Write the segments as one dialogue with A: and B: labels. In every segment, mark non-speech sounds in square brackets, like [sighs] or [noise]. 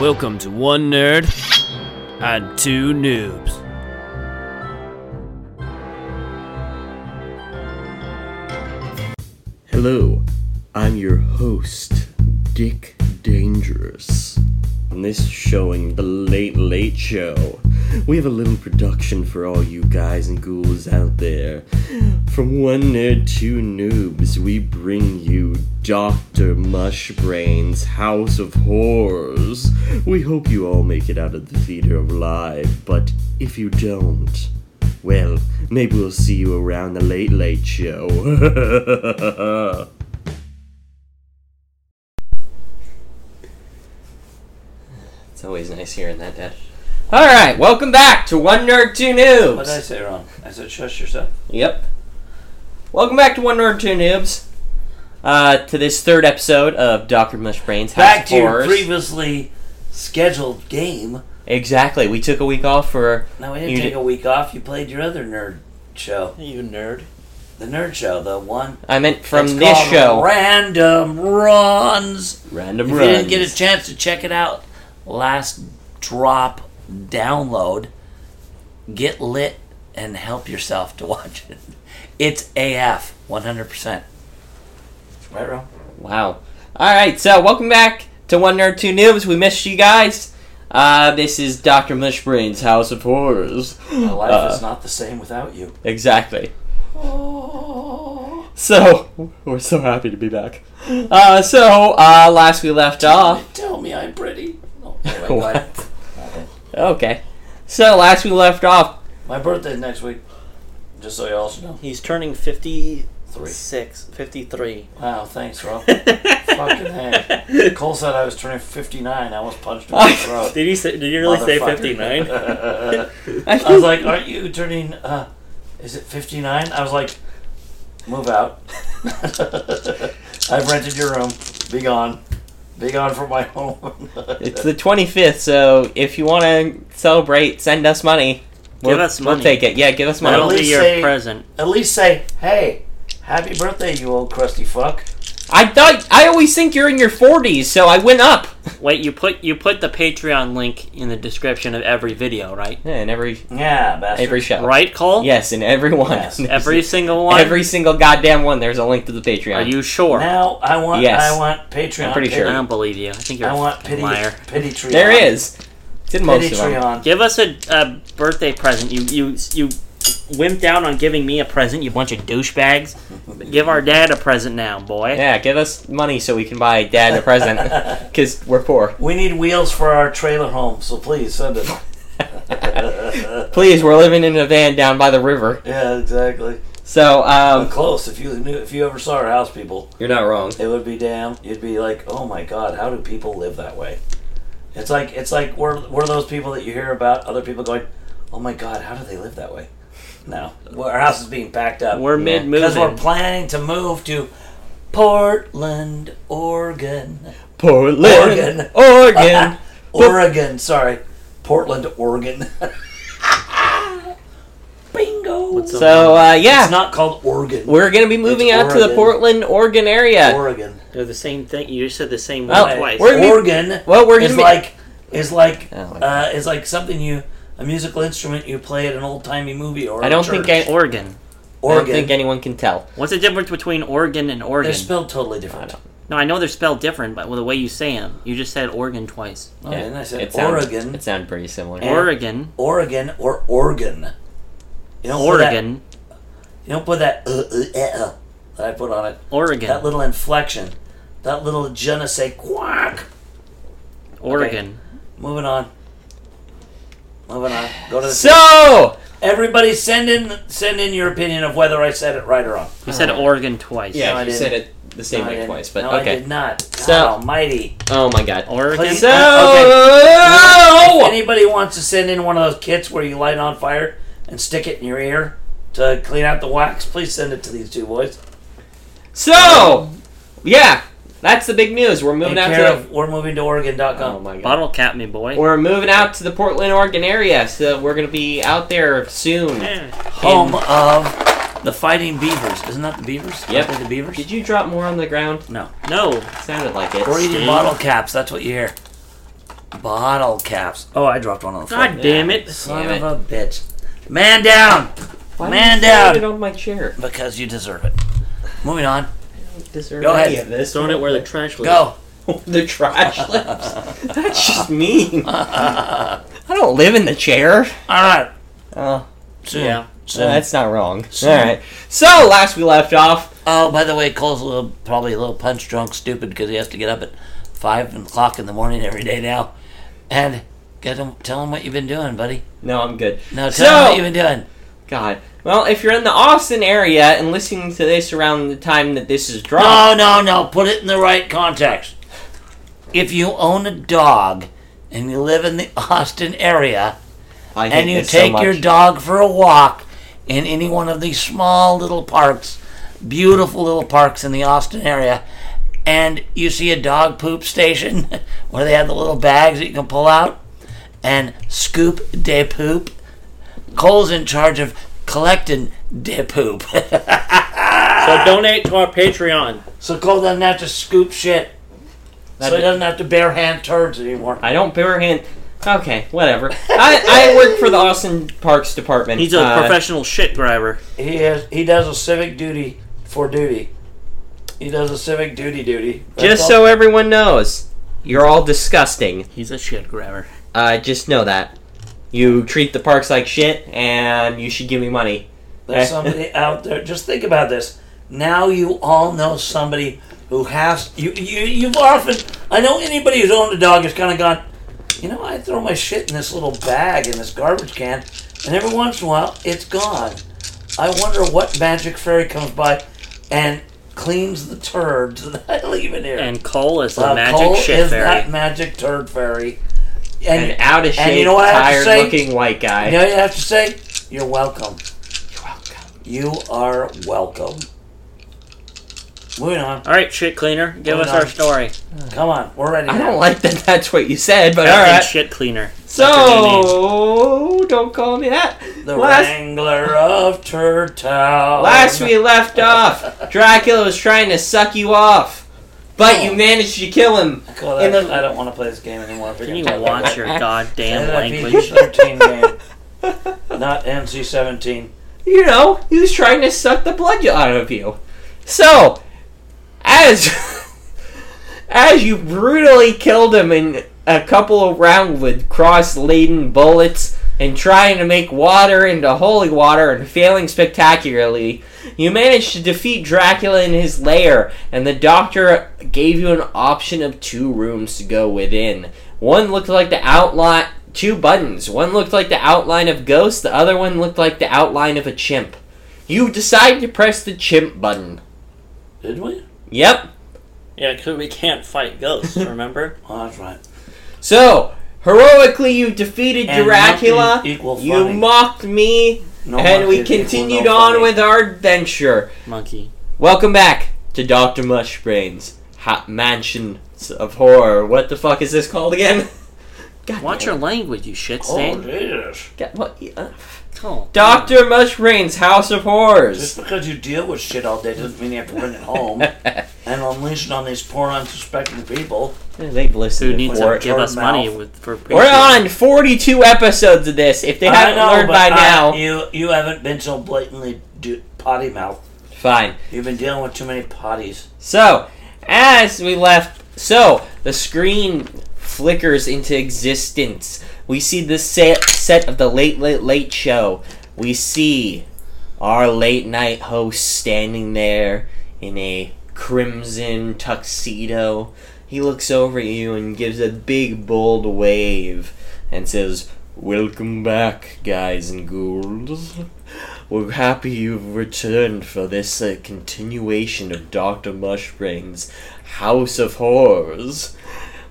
A: Welcome to One Nerd and Two Noobs.
B: Hello, I'm your host, Dick Dangerous. On this showing, The Late Late Show, we have a little production for all you guys and ghouls out there. From one nerd to noobs, we bring you Dr. Mushbrain's House of Horrors. We hope you all make it out of the theater alive, but if you don't, well, maybe we'll see you around the Late Late [laughs] Show. it's always nice hearing that, Dad.
C: All right, welcome back to One Nerd Two
D: What did I
C: Noobs.
D: say wrong? I said shush yourself.
C: Yep. Welcome back to One Nerd Two Noobs. Uh, to this third episode of Doctor Mushbrain's House
D: Back
C: of
D: to your
C: Horrors.
D: previously scheduled game.
C: exactly. We took a week off for
D: No, we didn't
C: You
D: take
C: did-
D: a week off. You played your other nerd show.
A: You nerd.
D: The nerd show, the one
C: I meant
D: that's
C: from this
D: called
C: show.
D: Random Runs.
C: Random
D: If
C: runs.
D: you didn't get a chance to check it out, last drop download. Get lit and help yourself to [laughs] watch it. It's AF, 100%. Right, wrong?
C: Wow. All right, so welcome back to One Nerd Two Noobs. We missed you guys. Uh, this is Doctor Mushbrain's House of Horrors. [laughs]
D: My life
C: Uh,
D: is not the same without you.
C: Exactly. So [laughs] we're so happy to be back. Uh, so uh, last we left off.
D: Tell me I'm pretty. Oh,
C: [laughs]
D: anyway, go ahead.
C: What? Okay. So last we left off.
D: My birthday's next week. Just so you also know.
A: He's turning 56,
D: Three. [laughs]
A: 53.
D: Wow, thanks,
C: [laughs]
D: Rob.
C: Fucking
D: Fucking hey. Cole said I was turning 59. I almost punched him in the throat.
A: Did he say, did you really say 59?
D: [laughs] I
C: [laughs] I
D: was like, aren't you turning, uh, is it 59? I was like, move out. [laughs] I've rented your room. Be gone. Be gone from my [laughs] home.
C: It's the 25th, so if you want to celebrate, send us money. We'll,
A: Give us
C: We'll
A: money.
C: take it. Yeah, give us money.
A: That'll be
D: least
A: your
D: say-
A: present.
D: At least say, hey, happy birthday, you old crusty fuck.
C: I thought I always think you're in your 40s, so I went up.
A: Wait, you put you put the Patreon link in the description of every video, right?
C: Yeah, in every
D: Yeah, bastard.
C: every show.
A: Right, Cole?
C: Yes, [laughs] in every one.
D: Yes.
A: Every single one.
C: Every single goddamn one. There's a link to the Patreon.
A: Are you sure?
D: Now I want,
C: Yes.
D: I want Patreon.
C: I'm pretty
A: I
C: sure.
A: don't believe you. I think you're
D: I want
A: a
D: pity,
A: liar.
D: pity Treon.
C: There is. It's in most
D: Pity
C: of [laughs] them.
D: Treon.
A: Give us a, a birthday present. You you you wimped out on giving me a present. You bunch of douchebags. Give our dad a present now, boy.
C: Yeah, give us money so we can buy Dad
D: [laughs]
C: a present because we're poor.
D: We need wheels for our trailer home, so please send it.
C: [laughs] Please, we're living in a van down by the river.
D: yeah, exactly.
C: So,
D: I'm
C: um,
D: close. If you knew, if you ever saw our house, people,
C: you're not wrong.
D: it would be damn. You'd be like, oh my god, how do people live that way? It's like it's like we're we're those people that you hear about other people going, oh my god, how do they live that way? No, Well, our house is being packed up.
A: We're mid
D: because we're
A: moving.
D: planning to move to Portland, Oregon.
C: Portland,
D: Oregon. [laughs]
C: Oregon.
D: Oregon, sorry. Portland, Oregon. [laughs] Bingo.
A: What's up?
C: so, uh, yeah,
D: It's not called Oregon.
C: we're gonna be moving
D: It's
C: out to the
D: Oregon.
C: Portland, Oregon area.
D: Oregon.
A: They're the same thing. You just said the same
D: Oh,
C: Well,
A: word twice.
C: we're- gonna be-
D: Oregon
C: well, we're gonna
D: is
C: be- Oh,
D: like is like
C: I don't like
D: uh, is like something you a musical instrument you play at an old timey movie or
C: I
D: a
C: don't
D: church.
C: think I-
A: Oregon.
C: I don't
D: Oregon.
C: think anyone can tell.
A: What's the difference between Oregon and Oregon?
D: They're spelled totally
C: I
D: different.
C: don't.
A: no, I know they're spelled different, but with the way you say them, you just said Oregon twice.
D: Oh,
C: Yeah,
D: and I said
C: it sounds,
D: Oregon,
C: It sounds pretty similar.
D: Yeah.
A: Oregon,
D: Oregon or Oregon. You don't put that-
A: Oregon,
D: you don't put that uh, uh, uh, uh, that I put on it.
A: Oregon,
D: That little inflection, that little je ne sais quack.
A: Oregon.
D: Moving on. Moving on. Go to the
C: So,
D: everybody. Send in send in your opinion of whether I said it right or wrong.
A: You said Oregon twice.
C: yeah,
D: No, I
C: you said
D: didn't.
C: it the same
D: No, I
C: way
D: didn't.
C: twice, but
D: no, I
C: okay.
D: did not. God
C: So-
D: Almighty.
C: Oh my god.
A: Oregon.
D: Please-
C: So,
D: Uh, If anybody wants to send in one of those kits where you light it on fire and stick it in your ear to clean out the wax, please send it to these two boys.
C: so, yeah, that's the big news. We're
D: Take
C: moving out
D: care
C: to.
D: of we're moving to
C: Oh
D: Oregon.com.
C: my god.
A: Bottle cap me, boy.
C: We're moving out to the Portland, Oregon area, so we're gonna be out there soon.
A: Eh.
D: Home of the Fighting Beavers. Isn't that the Beavers?
C: Yep.
D: Aren't they The Beavers.
C: Did you drop more on the ground?
D: no.
A: No,
C: Sounded like it.
D: We're eating
A: Steve.
D: bottle caps. That's what you hear. Bottle caps. Oh, I dropped one on the floor.
A: God damn it.
D: Son
C: Damn
D: of a bitch. Man down!
C: Why
D: Man
C: did you throw
D: down!
C: It on my chair.
D: Because you deserve it. Moving on.
C: Deserve
D: Go
C: any
D: ahead.
C: of this.
A: Throwing it where the trash was.
D: Go.
C: [laughs]
D: [laughs]
C: the trash lips. That's just mean. I don't live in the chair.
D: All right.
C: Oh,
D: Soon.
A: Yeah.
D: Soon.
C: that's not wrong. All right. So last we left off.
D: Oh, by the way, Cole's a little, probably a little punch drunk, stupid, because he has to get up at five o'clock in the morning every day now, and get him, tell him what you've been doing, buddy.
C: No, I'm good.
D: No, tell him
C: So-
D: what you've been doing.
C: God. Well, if you're in the Austin area and listening to this around the time that this is dropped,
D: No, no, no. Put it in the right context. If you own a dog and you live in the Austin area
C: I hate
D: and you
C: this so
D: take your
C: much.
D: dog for a walk in any one of these small little parks, beautiful little parks in the Austin area, and you see a dog poop station [laughs] where they have the little bags that you can pull out and scoop de poop, Cole's in charge of collecting de poop. [laughs]
A: So donate to our Patreon.
D: So Cole doesn't have to scoop shit. so
C: That-
D: he doesn't have to bare hand turds anymore.
C: I don't bear hand. Okay, whatever. I, I work for the Austin Parks Department.
A: He's a
C: Uh,
A: professional shit grabber.
D: He has he does a civic duty for duty. He does a civic duty duty. That's
C: Just
D: all.
C: so everyone knows, you're all disgusting.
A: He's a shit grabber.
C: Uh, just know that. You treat the parks like shit, and you should give me money.
D: there's somebody out there. Just think about this. Now you all know somebody who has you you you've often I know anybody who's owned a dog has kind of gone. You know, I throw my shit in this little bag in this garbage can, and every once in a while it's gone. I wonder what magic fairy comes by and cleans the turds that I leave in here.
A: And Cole is the
D: Uh,
A: magic
D: Cole
A: shit
D: is
A: fairy.
D: that magic turd fairy. And,
C: An out of
D: and
C: shape,
D: you know what I have to
C: tired
D: say?
C: looking white guy.
D: you know what you have to say? You're welcome.
C: You're welcome.
D: You are welcome. Moving on.
A: All right, shit cleaner, give
D: Hold
A: us
D: on.
A: our story.
D: Come on. We're ready.
C: Hmm. I
D: now.
C: don't like that that's what you said, but
A: All right,
C: alright.
A: shit cleaner.
C: So, don't call me that.
D: the
C: last,
D: Wrangler of Turtle.
C: last we
D: [laughs]
C: left off, Dracula was trying to suck you off, but
D: Oh.
C: you managed to kill him.
D: Call
C: in
D: that,
C: the-
D: I don't want to play this game anymore.
A: Can you watch your goddamn
D: [laughs]
A: language?
C: [laughs]
D: PG-13 game, not NC-17.
C: you know, he was trying to suck the blood out of you. So, as [laughs] as you brutally killed him in a couple of rounds with cross-laden bullets and trying to make water into holy water and failing spectacularly, you managed to defeat Dracula in his lair, and the doctor gave you an option of two rooms to go within. One looked like the outline, two buttons. One looked like the outline of Ghost, the other one looked like the outline of a chimp. You decide to press the chimp button.
D: Did we?
C: Yep.
A: Yeah, because we can't fight ghosts,
C: [laughs]
A: remember?
D: Oh, that's right.
C: So, heroically, you defeated
D: And
C: Dracula.
D: nothing Equal
C: You
D: funny.
C: mocked me,
D: No
C: and we
D: monkeys equal
C: continued
D: no
C: on
D: funny.
C: with our adventure.
A: Monkey.
C: Welcome back to Dr. Mushbrain's Hot Mansion of Horror. What the fuck is this called again? God
A: Watch your
C: damn.
A: language, you shit
D: Oh,
A: stain.
D: Jesus.
C: God, what, uh,
A: Cole.
C: Dr. Mushbrain's House of
D: Just
C: Horrors.
D: because you deal with shit all day doesn't mean you have to bring it home
A: [laughs]
D: and unleash it on these poor, unsuspecting people.
C: They've
A: Who
C: listened
A: needs to
C: before.
D: Or-
A: give
D: or
A: us money
D: mouth.
A: with, for
C: We're
A: Patreon?
C: on 42 episodes of this. If they haven't
D: I know,
C: learned
D: but
C: by
D: I-
C: now,
D: you you haven't been so blatantly do- potty mouth.
C: fine.
D: You've been dealing with too many potties.
C: So, as we left, so the screen flickers into existence. We see the set, set of the Late Late Late Show. We see our late night host standing there in a crimson tuxedo. He looks over at you and gives a big bold wave and says, Welcome back, guys and ghouls. We're happy you've returned for this uh, continuation of Dr. Mushbrain's House of Horrors.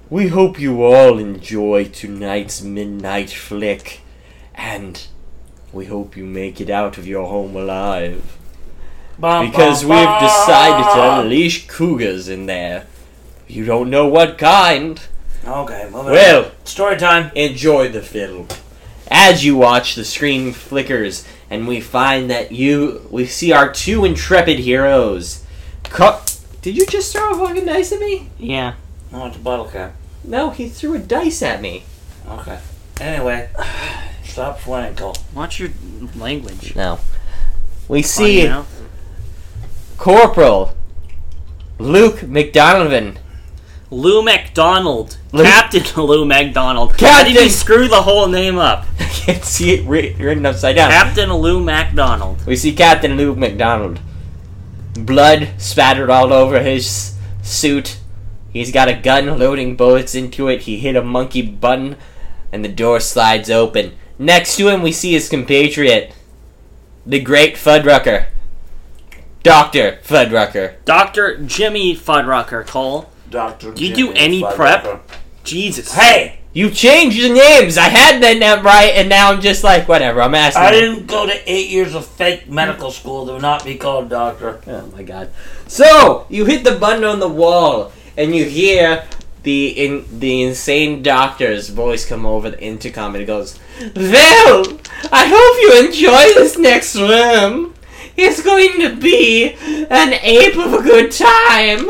C: We hope you all enjoy tonight's midnight flick, and we hope you make it out of your home alive.
D: Bum,
C: Because
D: bum,
C: we've
D: bum.
C: decided to unleash cougars in there. You don't know what kind.
D: Okay, moving on.
C: Well,
D: Story time.
C: enjoy the film. As you watch, the screen flickers, and we find that you we see our two intrepid heroes. Co- Did you just throw a fucking dice at me?
A: Yeah.
D: No, it's a bottle cap.
C: No, he threw a dice at me.
D: Okay. Anyway, [sighs] stop Flankel.
A: Watch your language.
C: No. We
A: Fine
C: see
A: now.
C: Corporal Luke McDonovan. [laughs]
A: Lou McDonald.
C: Lou-
A: Captain [laughs] Lou McDonald. How
C: Captain-
A: did you screw the whole name [laughs] up?
C: I can't see it writ- written upside down.
A: Captain Lou McDonald.
C: We see Captain Luke McDonald. Blood spattered all over his suit. He's got a gun loading bullets into it. He hit a monkey button, and the door slides open. Next to him, we see his compatriot, the great Fuddrucker. Dr. Fuddrucker.
A: Dr. Jimmy Fuddrucker, Cole.
D: Doctor.
A: Do you do any prep? Jesus.
D: Hey,
C: You changed the names! I had that name right, and now I'm just like, whatever, I'm asking.
D: I didn't go to eight years of fake medical school to not be called doctor.
C: Oh my god. So, you hit the button on the wall and you hear the in the insane doctor's voice come over the intercom and it goes, Well, I hope you enjoy this next room. It's going to be an ape of a good time.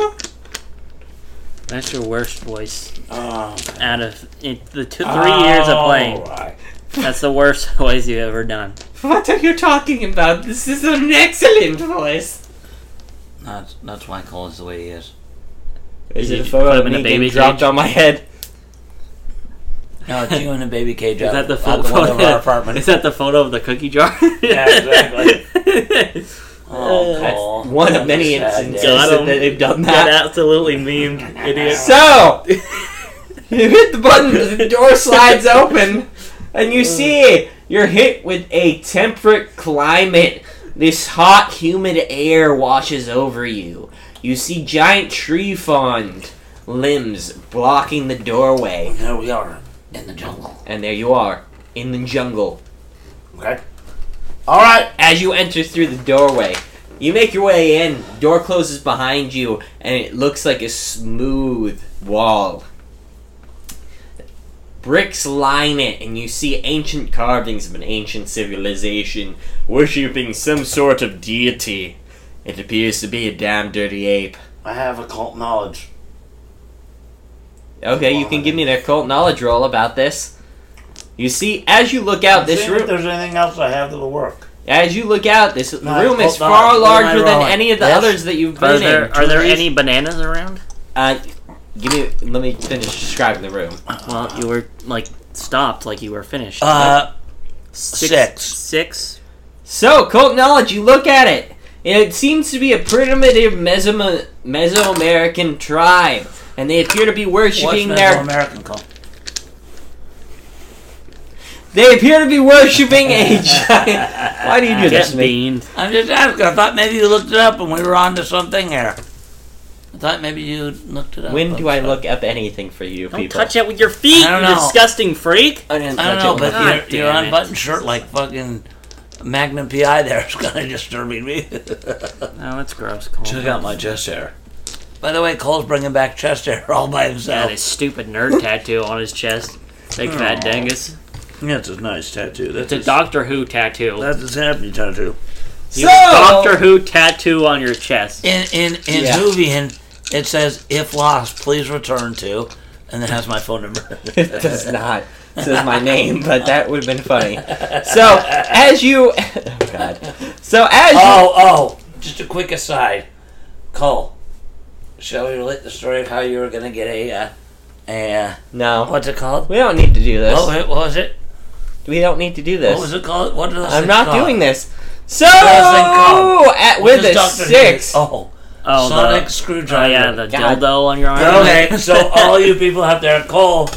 A: That's your worst voice
D: Oh,
A: out of it, the two, three years of playing.
D: alright.
A: That's the worst [laughs] voice you've ever done.
C: What are you talking about? This is an excellent voice.
D: That's, that's why Cole is the way he is.
C: Is
A: You
C: it a
A: just
C: photo
A: put him
C: of
A: in a
C: me getting
A: baby
C: dropped
A: cage?
C: on my head?
D: [laughs] No, it's you in a baby cage.
A: Is that the
D: out
A: photo?
D: the window of our apartment?
A: [laughs] Is that the photo of the cookie jar?
D: Yeah, exactly. [laughs] oh,
A: That's
D: Cole.
C: One of many
D: That's sad,
C: instances
D: dude.
A: Got
C: that
A: him.
C: they've done
A: [laughs]
C: that.
A: That absolutely memed idiot.
C: So, [laughs] you hit the button, the door slides open, and you see you're hit with a temperate climate. This hot, humid air washes over you. You see giant tree frond limbs blocking the doorway,
D: There we are in the jungle.
C: and there you are in the jungle.
D: Okay. All right.
C: As you enter through the doorway, you make your way in. Door closes behind you, and it looks like a smooth wall. Bricks line it, and you see ancient carvings of an ancient civilization worshipping some sort of deity. It appears to be a damn dirty ape.
D: I have occult knowledge.
C: Okay, you can give me an occult knowledge roll about this. You see, as you look out this
D: See if
C: room,
D: there's anything else I have that'll work.
C: as you look out this
D: No,
C: room is
D: occult
C: far
D: knowledge. What am I
C: larger than
D: rolling?
C: any of the
D: Yes?
C: others that you've been
A: Are
C: in.
A: there, are there
C: Julius?
A: any bananas around?
C: Uh, give me. Let me finish describing the room.
A: Well, you were like stopped, like you were finished.
D: Uh, six.
A: Six.
C: So, cult knowledge. You look at it. It seems to be a primitive Meso- Mesoamerican tribe, and they appear to be
D: what's
C: worshiping their.
D: American cult?
C: They appear to be worshiping
D: [laughs]
C: a giant. Why do you do this
A: Get
C: to me?
A: beaned.
D: I'm just asking. I thought maybe you looked it up and we were on to something here. I thought maybe you looked it up.
C: When do
D: but-
C: I look up anything for you
A: Don't
C: people?
A: touch it with your feet,
D: I don't know.
A: you disgusting freak.
C: I didn't
D: I don't
C: touch
D: know,
C: it with
D: but
C: my-
A: God
D: your, your
A: damn it.
D: unbuttoned shirt like fucking Magnum PI there is kind of disturbing me.
A: Oh, that's gross,
D: [laughs]
A: Cole.
D: Check out my chest hair. By the way, Cole's bringing back chest hair all by
A: Got
D: himself.
A: his stupid
D: [laughs]
A: nerd tattoo on his chest. Big fat dingus.
D: That's a nice tattoo. Oh. That's
A: It's a Doctor Who tattoo.
D: That's his happy tattoo.
A: You
C: so,
A: have a Doctor Who tattoo on your chest.
D: In in in
C: Yeah.
D: Zoovian, it says if lost, please return to, and it has my phone number.
C: it [laughs] does not. It says my name, but that would have been funny. So,
D: [laughs]
C: as you. [laughs] Oh, God. So, as you.
D: [laughs] Oh, oh, just a quick aside. Cole, shall we relate the story of how you were going to get a, uh, a uh,
C: No.
D: what's it called?
C: We don't need to do this.
D: What, wa- what was it?
C: We don't need to do
D: What was
C: this.
D: it called? What are those
C: I'm
D: things
C: not
D: called?
C: doing this. So
D: thing called?
C: at
D: What
C: with
D: does
C: a
D: Dr.
C: six.
D: Who- Oh,
A: Oh,
D: sonic
A: the,
D: screwdriver.
A: oh yeah, the
C: God.
A: dildo on your arm.
D: Okay, so all you people out there, Cole,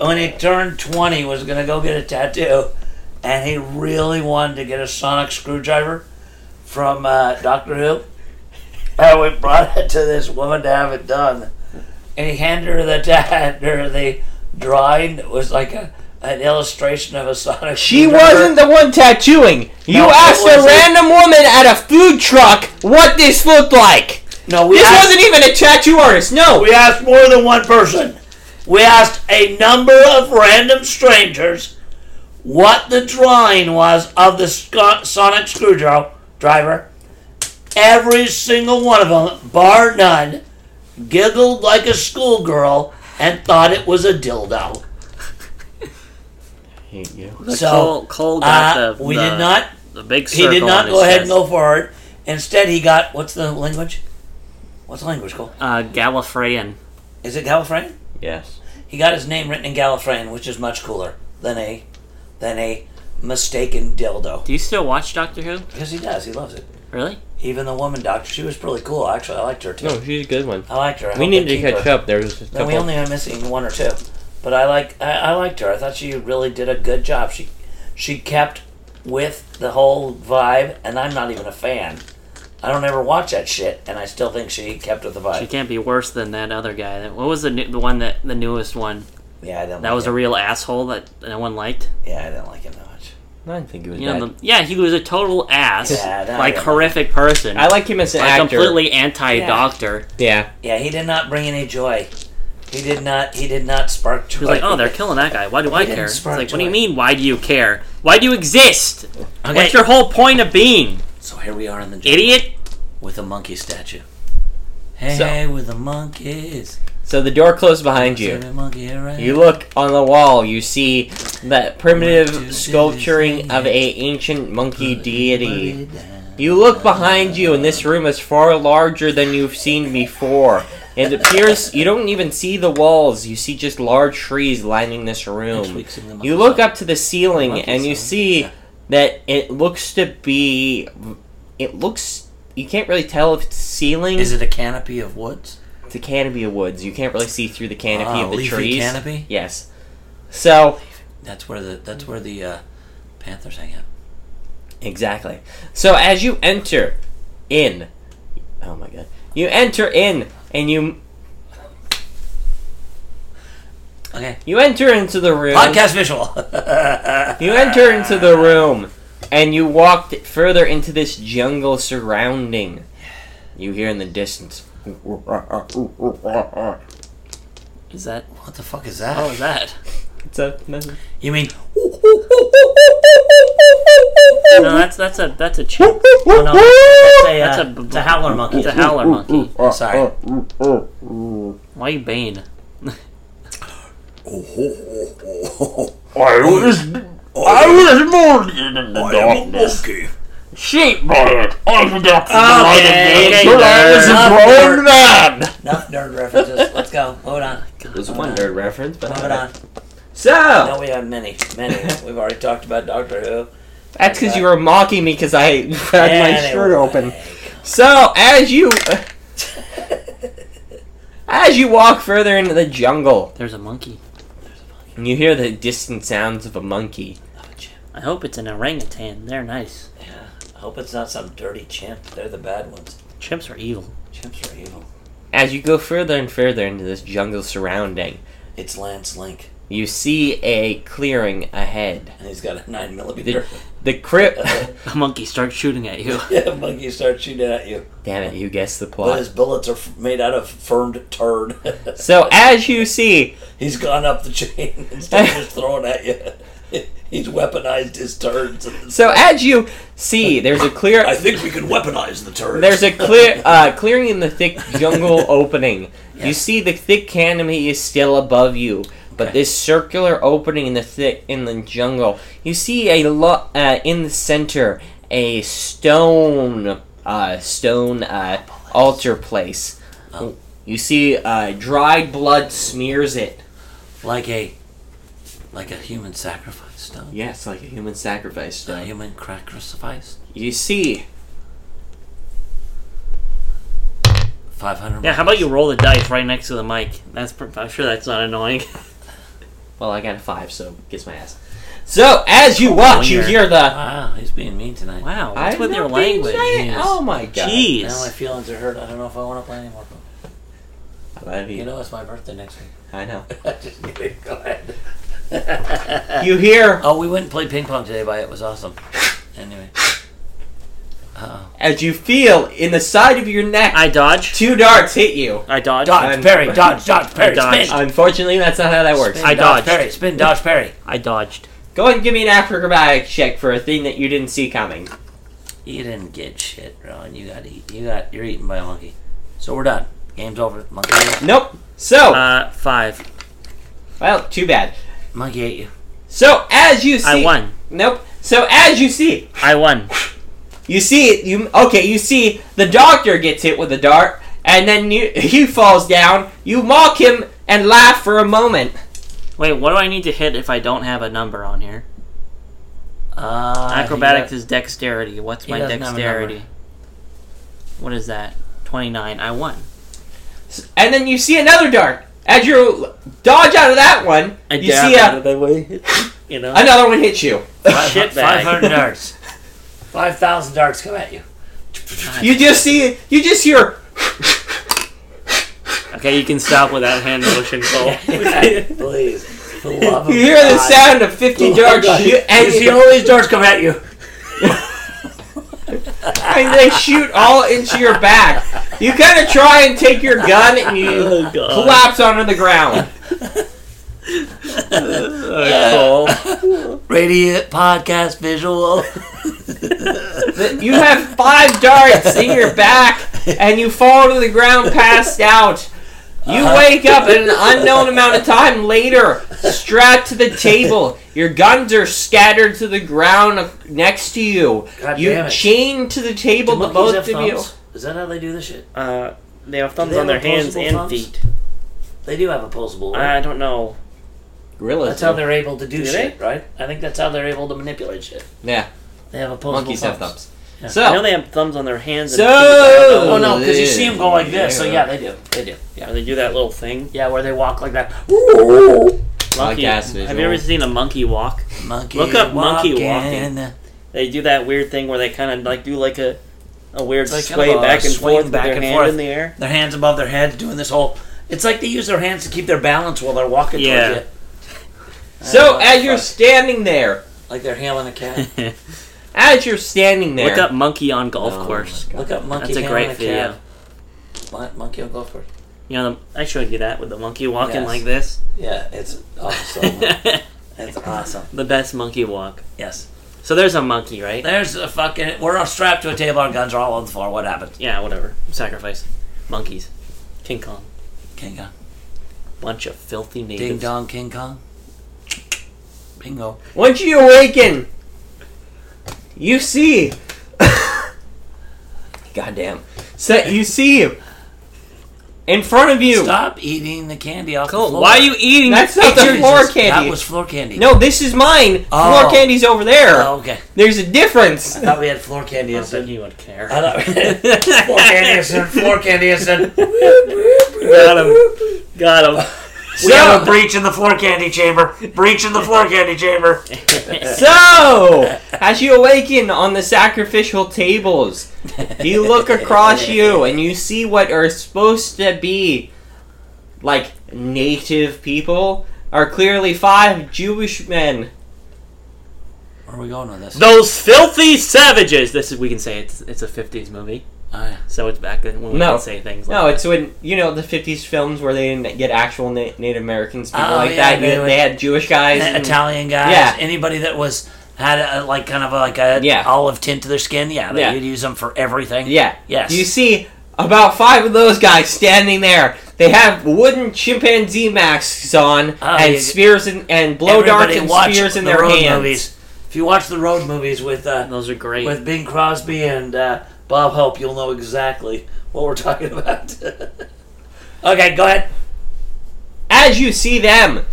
D: when he turned 20, was going to go get a tattoo, and he really wanted to get a sonic screwdriver from uh, Doctor Who. And we brought it to this woman to have it done. And he handed her the, ta- handed her [laughs] the drawing that was like a, an illustration of a sonic
C: She
D: screwdriver.
C: wasn't the one tattooing. You
D: No, it
C: asked a
D: wasn't.
C: random woman at a food truck what this looked like.
D: No, we
C: This
D: asked,
C: wasn't even a tattoo artist. No.
D: we asked more than one person. We asked a number of random strangers what the drawing was of the sco- sonic screwdriver. Every single one of them, bar none, giggled like a schoolgirl and thought it was a dildo.
B: Here you go.
D: So,
A: Cole, Cole got
D: Uh,
A: the,
D: we
A: the-
D: did not.
A: the big
D: He
A: circle.
D: did
A: on
D: not
A: his
D: go ahead and
A: chest.
D: go for it. Instead, he got what's the language? What's the language called?
A: Uh, Gallifreyan.
D: Is it Gallifreyan?
C: Yes.
D: He got his name written in Gallifreyan, which is much cooler than a than a mistaken dildo.
A: Do you still watch Doctor Who?
D: Because he does, he loves it.
A: Really?
D: Even the woman doctor, she was pretty cool. Actually, I liked her too.
C: No, she's a good one.
D: I liked her. I
C: We
D: hope
C: needed
D: they
C: to
D: keep
C: catch
D: her.
C: up. There was a
D: No,
C: couple.
D: we only are missing one or two, but I like I, I liked her. I thought she really did a good job. She she kept with the whole vibe, and I'm not even a fan. I don't ever watch that shit, and I still think she kept with the
A: She
D: vibe.
A: can't be worse than that other guy. That- What was the new, the one that the newest one
D: Yeah, I didn't.
A: that
D: like
A: was a
D: him.
A: real asshole that no one liked?
D: yeah, I didn't like him that much.
C: I didn't think he was
A: You
C: bad.
A: know, the, yeah, he was a total ass,
D: Yeah, that-
A: like horrific person,
C: I like him as an
A: like
C: actor.
A: completely anti-doctor.
C: Yeah.
D: Yeah, he did not bring any joy. He did not. He did not spark joy.
A: He was like, "Oh, they're killing that guy. Why do I
D: didn't
A: care?" It's
D: spark
A: like, "What do you
D: joy.
A: mean? Why do you care? Why do you exist? What's your whole point of being,
D: So here we are in the jungle
A: idiot?"
D: with a monkey statue. Hey,
C: So-
D: hey, with the monkeys.
C: So the door closed behind you.
D: Every monkey around.
C: You look on the wall. You see that primitive sculpturing of a ancient monkey deity. You look behind you, and this room is far larger than you've seen before. It appears you don't even see the walls. You see just large trees lining this room. You look up to the ceiling, and you see that it looks to be. It looks. You can't really tell if it's ceiling.
D: Is it a canopy of woods?
C: It's a canopy of woods. You can't really see through the canopy
D: Ah,
C: of the
D: leafy
C: trees.
D: canopy.
C: Yes. So
D: That's where the that's where the uh, panthers hang
A: Oh.
D: out.
C: exactly. So as you enter in, oh my god, you enter in and you
D: Okay.
C: you enter into the room.
D: Podcast visual. [laughs]
C: You enter into the room and you walk th- further into this jungle surrounding. You hear in the distance.
A: Is that
D: what the fuck is that?
A: what was that?
C: It's a
D: You mean?
A: No, that's that's a that's a chimp.
D: Oh, no, that's a, [laughs]
A: That's
D: uh,
A: a-
D: it's a howler monkey.
A: It's a howler
D: Mm,
A: monkey.
D: Sorry.
A: Why you Bane?
E: I was, I was born in the darkness,
D: monkey.
E: shaped by it. I forgot the light
A: Okay,
E: of day,
A: okay,
E: but I was a
D: nerd.
E: grown man.
D: Enough nerd references. Let's go. Hold on.
A: [laughs]
C: it was one nerd reference, but
D: Moving on.
C: so
D: uh, No, we have many,
C: [laughs]
D: many. We've already talked about Doctor Who.
C: that's because you were mocking me because I [laughs] had my
D: Anyway.
C: shirt open. So as you [laughs] as you walk further into the jungle,
A: There's a monkey.
C: and you hear the distant sounds of a monkey.
D: Oh, chimp.
A: I hope it's an orangutan. They're nice.
D: Yeah. I hope it's not some dirty chimp. They're the bad ones.
A: Chimps are evil.
D: Chimps are evil.
C: As you go further and further into this jungle surrounding,
D: It's Lance Link,
C: you see a clearing ahead.
D: and he's got a nine
C: [laughs]
D: millimeter. [laughs]
C: The crypt.
A: A monkey starts shooting at you.
D: yeah, monkey starts shooting at you.
C: Damn it! You guessed the
D: But his
C: plot.
D: bullets are f- made out of firmed turd. [laughs]
C: So as you see,
D: he's gone up the chain [laughs] instead of just throwing at you. [laughs] He's weaponized his turds.
C: so as you see, there's a clear.
D: I think we can weaponize the turds.
C: There's a clear uh, clearing in the [laughs] thick jungle opening. You see the thick canopy is still above you, but
D: Okay.
C: this circular opening in the thick in the jungle, you see a lo- uh, in the center a stone uh, stone uh, altar place. You see uh, dried blood smears it.
D: [laughs] like a like a human sacrifice stone.
C: Yes, like a human sacrifice
D: A human sacrifice.
C: You see,
D: Five hundred.
A: [laughs] Yeah, how about you roll the dice right next to the mic? That's pr- I'm sure that's not annoying. [laughs]
C: well, I got a five, so gets my ass. So as you watch, you
A: Winger.
C: hear the.
D: Wow, he's being mean tonight.
A: Wow, what's
C: I'm
A: with your
C: not being
A: language?
C: giant.
D: Yes.
C: Oh my god.
A: Jeez.
D: Now my feelings are hurt. I don't know if I want to play anymore.
C: I love you.
D: You know, it's my birthday next week.
C: I know.
D: just kidding. [laughs] Go ahead.
A: Uh.
C: You hear
D: Oh, we went and played ping pong today, but it was awesome. [laughs] Anyway. Uh-oh.
C: as you feel in the side of your neck,
A: I dodge.
C: two darts hit you.
A: I dodge.
D: Dodge,
C: I'm-
D: parry, dodge, dodge, parry,
A: dodged.
D: spin.
C: Unfortunately, that's not how that works.
D: Spin,
A: I
D: dodge,
A: dodged.
D: parry, spin, dodge, parry.
A: I dodged.
C: Go ahead and give me an acrobatic check for a thing that you didn't see coming.
D: You didn't get shit, Ron. You got eat. You got. You're eaten by a monkey. So we're done. Game's over. Monkey.
C: Nope. So
A: Uh, five.
C: Well, too bad.
D: Monkey ate you.
C: So as you see,
A: I won.
C: Nope. So as you see,
A: I won.
C: you see you okay. You see the doctor gets hit with a dart, and then you [laughs] he falls down. You mock him and laugh for a moment.
A: Wait, what do I need to hit if I don't have a number on here?
D: Uh,
A: Acrobatics is dexterity. What's
D: He
A: my
D: doesn't have a
A: dexterity? What is that? 29. I won.
C: And then you see another dart. As you dodge out of that one,
A: I
C: you
A: dab
C: see
A: out
C: a,
B: that
D: [laughs]
B: way.
A: You know?
C: another one hits you.
A: Shit
D: Five
A: bag.
D: hundred darts. [laughs] Five thousand darts come at you.
C: You just see you just hear
A: Okay, you can stop with that hand motion,
D: Oh.
A: Cole.
D: [laughs] Please, for the [laughs] love of
C: you hear the
D: Oh God. Oh
C: sound of fifty darts shoot,
D: You
C: and
D: see all these darts come at you.
C: [laughs] and they shoot all into your back. You kind of try and take your gun and you
A: oh, God.
C: collapse onto the ground.
D: Radiant podcast visual.
C: You have five darts in your back, and you fall to the ground, passed out. You
A: Uh-huh.
C: wake up an unknown amount of time later, strapped to the table. Your guns are scattered to the ground of- next to you.
D: God
C: you
D: damn it.
C: chained to the table, the
D: Monkeys
C: both
D: have
C: of you.
D: thumbs? Is that how they do this shit?
A: Uh, they have thumbs
D: Do they
A: on their
D: have
A: hands
D: opposable
A: and
D: thumbs?
A: feet.
D: They do have opposable. Right?
A: I don't know.
C: Gorillas.
D: that's how they're able to do,
A: Do
D: shit, right? I think that's how they're able to manipulate shit.
C: Yeah,
D: They have opposable
C: monkeys have
D: thumbs.
C: thumbs.
D: Yeah.
A: I know
C: So,
A: they have thumbs on their hands and
C: So-
A: feet. I don't know.
D: Oh no, because you see them go like this. So
C: Yeah.
D: yeah, they do. They do.
A: Oh,
D: Yeah,
A: They do that little thing.
D: yeah, where they walk like that.
A: Monkey.
C: Podcast
A: have you
C: visual.
A: ever seen a monkey walk?
D: Monkey.
A: Look up monkey
D: walking.
A: They do that weird thing where they kind of like do like a a weird
D: like kind
A: sway
D: of a
A: back and
D: swing
A: forth
D: back
A: with their
D: and
A: hand
D: forth.
A: in the air.
D: Their hands above their heads, doing this whole. It's like they use their hands to keep their balance while they're walking.
A: Yeah.
D: Towards you.
C: so
D: what the
C: as you're
D: fuck.
C: standing there,
D: like they're hailing a
A: [laughs]
D: cat.
C: as you're standing there,
A: Look up monkey on golf
C: Oh my
A: course.
D: Look up monkey.
A: That's a
D: hailing
A: great
D: a
A: video.
D: Cat. Mon- Monkey on golf course.
A: You know, the, I showed you that with the monkey walking
D: Yes. Oh
A: like this.
D: Yeah, it's awesome.
A: [laughs] the
D: it's awesome.
A: best monkey walk.
D: Yes.
A: So there's a monkey, right?
D: There's a fucking. We're all strapped to a table. Our guns are all on the floor. What happened?
A: Yeah, whatever. Sacrifice. Monkeys. King Kong.
D: King Kong.
A: Bunch of filthy natives.
D: Ding dong, King Kong. Bingo.
C: Once you awaken, you see. [laughs] Goddamn. So you see in front of you.
D: Stop eating the candy off the
A: Cole,
D: floor.
A: why are you eating?
C: That's not the
D: Jesus,
C: floor candy.
D: That was floor candy.
C: no, this is mine.
D: Oh.
C: Floor candy's over there.
D: Oh, okay.
C: There's a difference.
D: I thought we had floor candy
A: I don't think
D: instead.
A: you would care.
D: I thought floor candy instead. Floor candy instead.
A: Got him. Got him.
D: We have a breach in the floor candy chamber. Breach in the floor candy chamber.
C: So, as you awaken on the sacrificial tables, you look across you and you see what are supposed to be like native people are clearly five Jewish men.
D: Where are we going with this?
A: Those filthy savages. This is we can say it's it's a fifties movie,
D: Oh, yeah.
A: so it's back then when we
C: No.
A: can say things. Like
C: No, it's when you know the '50s films where they didn't get actual na- Native Americans, people
D: Oh,
C: like
D: yeah,
C: that. You-
D: they would-
C: they had
D: [laughs]
C: Jewish guys.
D: And
C: and-
D: Italian guys.
C: Yeah.
D: Anybody that was had a, like kind of a, like a
C: Yeah.
D: olive tint to their skin. Yeah, they,
C: Yeah.
D: you'd use them for everything.
C: yeah.
D: Yes.
C: You see about five of those guys standing there. They have wooden chimpanzee masks on
D: Oh,
C: and
D: you-
C: spears and, and blow darts
D: Everybody
C: and
D: watch
C: spears in
D: the
C: their
D: road
C: hands.
D: Movies. If you watch the road movies with uh,
A: those are great.
D: with Bing Crosby and uh, Bob Hope, you'll know exactly what we're [laughs] talking about. okay, go ahead.
C: As you see them,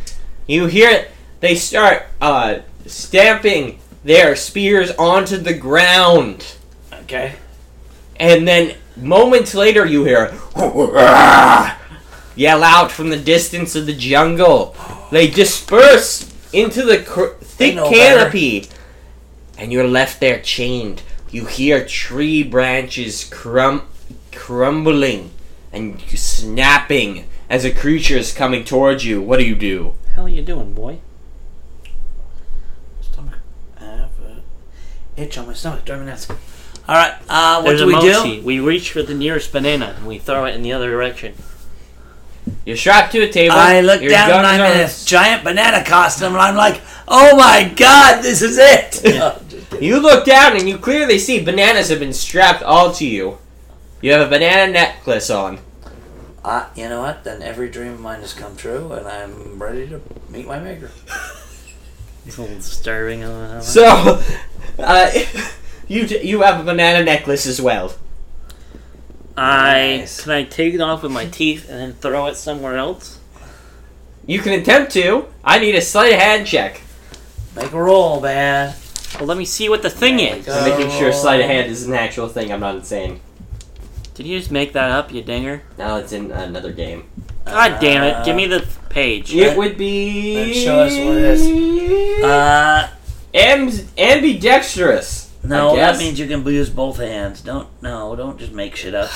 C: you hear it. They start uh, stamping their spears onto the ground.
D: Okay.
C: And then moments later, you hear [laughs] yell out from the distance of the jungle. They disperse into the cr- thick
D: know
C: canopy, and you're left there chained. You hear tree branches crum- crumbling and snapping as a creature is coming towards you. What do you do?
A: How are you doing, boy?
D: Stomach. I have a itch on my stomach. Driving nuts. All right. Uh, what
A: There's
D: do
A: a
D: we
A: mochi.
D: do?
A: We reach for the nearest banana and we throw it in the other direction.
C: You're strapped to a table.
D: I look
C: your
D: down and
C: guns
D: I'm
C: are-
D: in this giant banana costume, and I'm like, "Oh my god, this is it!"
C: You look down and you clearly see bananas have been strapped all to you. You have a banana necklace on.
D: I, you know what? Then every dream of mine has come true, and I'm ready to meet my maker.
A: It's a little disturbing. uh,
C: So, uh, [laughs] you you have a banana necklace as well.
A: I
D: Nice.
A: can I take it off with my teeth and then throw it somewhere else?
C: You can attempt to. I need a sleight of hand check.
D: Make a roll, man.
A: Well, let me see what the thing
D: There we
A: is.
D: go.
C: I'm making
D: Oh.
C: sure sleight of hand is an actual thing. I'm not insane.
A: Did you just make that up, you dinger?
C: Now it's in another game.
A: God damn it! Give me the page.
C: It would be.
D: Then uh, show us what it
C: is.
D: Uh,
C: ambidextrous.
D: no,
C: I guess.
D: that means you can use both hands. Don't, no, don't just make shit up.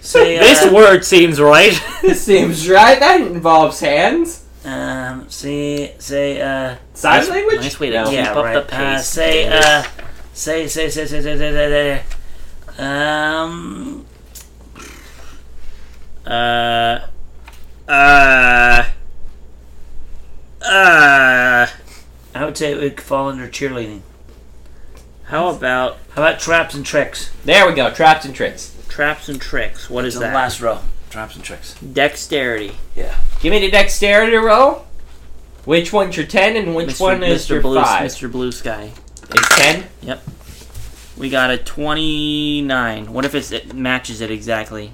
D: Say, uh,
A: This word seems right.
C: This [laughs] seems right. That involves hands.
D: Um, see, say, uh,
C: Sign
A: Nice-
C: language.
A: nice way to
C: No.
A: keep
D: yeah,
A: up
D: right.
A: the pace.
D: Uh, say, uh, say, say, say, say, say, say, say, say, um,
A: Uh, uh, uh.
D: I would say it would fall under cheerleading.
A: How about
D: How about traps and tricks?
C: There we go. Traps and tricks.
A: traps and tricks? What is
D: It's in the
A: that?
D: last row. Traps and tricks.
A: Dexterity.
C: Give me the dexterity roll. Which one's your ten and which
A: Mr.
C: one is
A: Mr.
C: your
A: Blue,
C: five?
A: Mr. Blue Sky.
C: It's ten.
A: We got a 29. What if it's, it matches it exactly?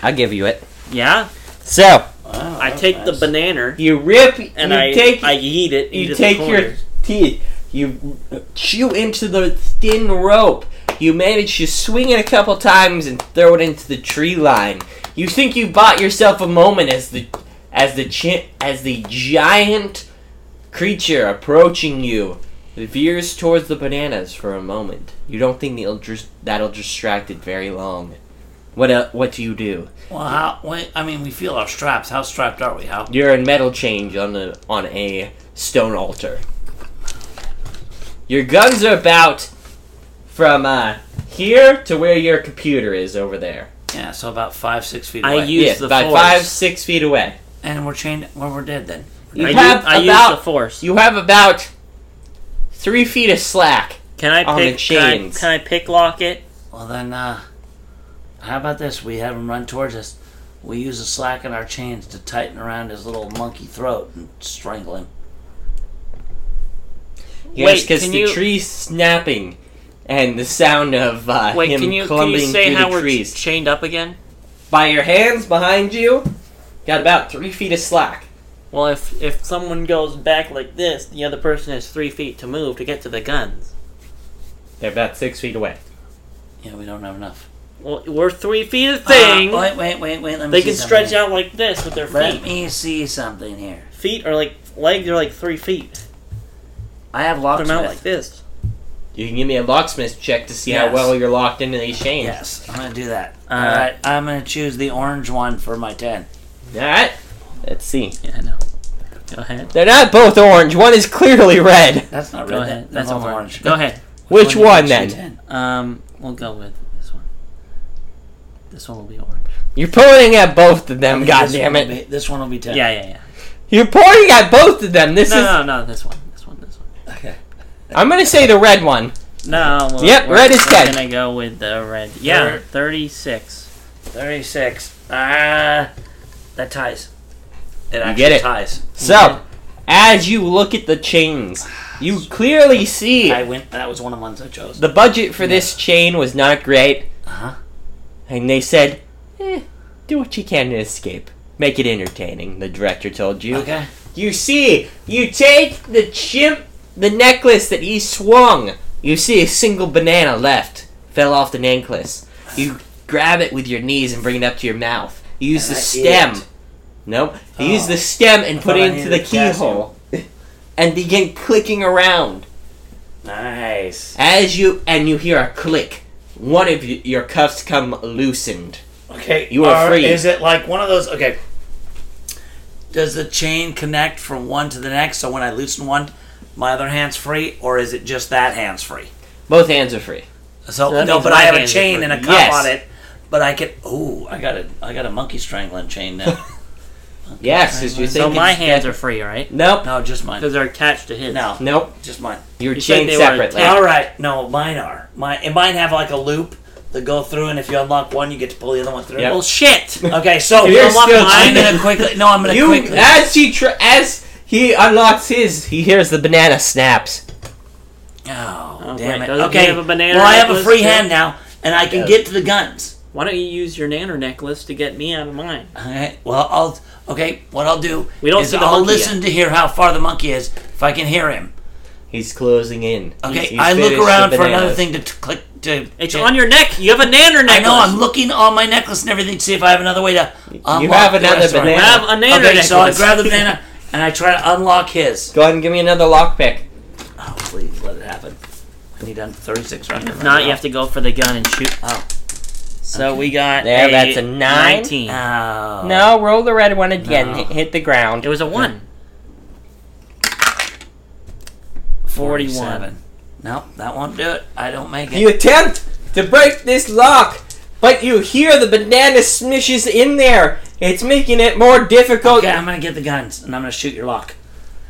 C: I'll give you it.
A: Yeah?
C: So
D: Wow,
A: I take the banana
C: you rip
A: and
C: Oh, you
A: I
C: take
A: I eat it.
C: you
A: into the
C: take your
A: corner.
C: teeth. You chew into the thin rope. You manage to swing it a couple times and throw it into the tree line. You think you bought yourself a moment as the as the chi- as the giant creature approaching you veers towards the bananas for a moment. You don't think that'll dis- that'll distract it very long. What el what do you do?
D: Well, how? Wait, I mean, we feel our straps. How strapped are we? How?
C: You're in metal change on a on a stone altar. Your guns are about from uh, here to where your computer is over there.
D: Yeah, so about five, six feet
A: I
D: away.
A: use
C: yeah,
A: the
C: about
A: force.
C: five six feet away.
D: and we're chained. Well, we're dead then.
C: You
A: I, u-
C: have
A: I use
C: about
A: the force.
C: you have about three feet of slack.
A: can I
C: on the
A: pick can I,
C: chains.
A: can I pick lock it?
D: Well, then, uh, how about this? We have him run towards us. We use a slack in our chains to tighten around his little monkey throat and strangle him.
C: Yes,
A: Wait,
C: because
A: can
C: the
A: you-
C: tree snapping and the sound of uh,
A: Wait,
C: him
A: can you can
C: clumbing
A: you say
C: through
A: how
C: the
A: we're
C: trees.
A: chained up again?
C: By your hands behind you, got about three feet of slack.
A: Well, if if someone goes back like this, the other person has three feet to move to get to the guns.
C: They're about six feet away.
D: Yeah, we don't have enough.
A: Well, we're three feet of thing.
C: oh,
D: Uh, wait, wait, wait, wait. Let me
A: they
D: see
A: can stretch
D: something
A: out like this with their
D: here. Let
A: feet.
D: me see something here.
A: Feet are like legs are like three feet.
D: I have
A: Put them
D: locksmith.
A: out like this.
C: You can give me a locksmith check to see how
D: Yes.
C: well you're locked into these chains.
D: Yes, I'm gonna do that.
A: Uh,
D: All right, I'm gonna choose the orange one for my ten.
C: All right. Let's see.
A: Yeah, I know. Go ahead.
C: They're not both orange. One is clearly red.
D: That's not
A: Go
D: red.
A: ahead.
D: That's
A: That's
D: all
A: all
D: orange.
A: Go ahead.
C: Which
D: do you
C: one
D: choose?
C: then?
D: 10.
A: Um, we'll go with this one. This one will be orange.
C: You're pointing at both of them.
D: This
C: God
D: one
C: damn
D: will
C: it!
D: be- this one will be ten.
A: Yeah, yeah, yeah.
C: You're pointing at both of them. This
A: No,
C: is.
A: no, no. This one. This one. This one.
C: I'm gonna say the red one.
A: No. Well,
C: Yep,
A: we're-
C: red is
A: we're
C: dead.
A: gonna go with the red. Yeah,
D: Third.
A: thirty-six.
D: Thirty-six. Ah, that ties. It actually
C: get it.
D: ties.
C: So, as you look at the chains, you clearly see
D: I went. That was one of the ones I chose.
C: the budget for this chain was not great,
D: Uh-huh.
C: and they said, eh, "Do what you can to escape. Make it entertaining." The director told you.
D: Okay.
C: You see, you take the chimp, the necklace that he swung. You see a single banana left, fell off the necklace. You grab it with your knees and bring it up to your mouth. You use
D: And
C: the
D: I
C: stem.
D: eat it.
C: Nope. You use
D: Oh.
C: the stem and
D: thought
C: put
D: I
C: it into
D: needed
C: the
D: a potassium. [laughs]
C: keyhole, and begin clicking around
D: Nice.
C: as you and you hear a click. One of y- your cuffs come loosened.
D: Okay.
C: You are
D: or
C: free.
D: Is it like one of those? Okay. Does the chain connect from one to the next? So when I loosen one, my other hand's free, or is it just that hand's free?
C: Both hands are free.
D: So,
A: that
D: no,
A: means
D: but
A: my
D: I have a
A: hands are
D: chain
A: free.
D: and a cuff
C: Yes.
D: on it. But I can. Ooh, I got a I got a monkey strangling chain
A: [laughs]
D: now.
C: Yes, as you're
A: So
C: thinking.
A: my hands are free, right?
C: Nope.
D: no, just mine.
A: Because they're attached to his.
D: No,
C: Nope.
D: just mine.
C: Your
A: You said
C: chain
A: they were
C: separately.
A: attached.
D: All right, no, mine are mine. And mine have like a loop that go through, and if you unlock one, you get to pull the other one through.
C: Yep.
A: Well, [laughs] shit.
D: Okay, so
C: You're still
D: I'm
A: [laughs]
C: cheating.
D: gonna quickly. No, I'm gonna
C: You
D: quickly.
C: as he tr- as he unlocks his, he hears the banana snaps.
D: Oh,
A: Oh,
D: damn
A: wait,
D: it.
A: doesn't he
D: Okay.
A: have a banana
D: well, I have a
A: necklace
D: free
A: too?
D: hand now, and I can
C: Yes.
D: get to the guns.
A: Why don't you use your nanner necklace to get me out of mine?
D: All right. Well, I'll. Okay, what I'll do
A: We don't
D: is
A: see the
D: I'll
A: monkey
D: listen to hear how far the monkey is if I can hear him.
C: He's closing in.
D: Okay,
C: He's- he's
D: I look
C: finished the
D: around for another
C: bananas.
D: thing to t- click to.
A: It's
D: to-
A: on your neck. You have a nanner necklace.
D: I know. I'm looking on my necklace and everything to see if I have another way to. Unlock
C: have
D: the
C: another
D: rest of our-
C: banana.
A: Grab a nanner
D: Okay,
A: necklace.
D: so I grab the banana and I try to unlock his.
C: Go ahead and give me another lockpick.
D: Oh, please let it happen. I need a 36 round.
A: If not, you have to go for the gun and shoot.
D: Oh.
A: So we got
C: There,
A: a
C: that's a nine.
A: 19.
D: Oh.
C: No, roll the red one again.
D: No.
C: Hit, hit the ground.
A: It was a one. 41.
D: 47. No, that won't do it. I don't make it.
C: You attempt to break this lock, but you hear the banana smishes in there. It's making it more difficult.
D: Okay, I'm gonna get the guns and I'm gonna shoot your lock.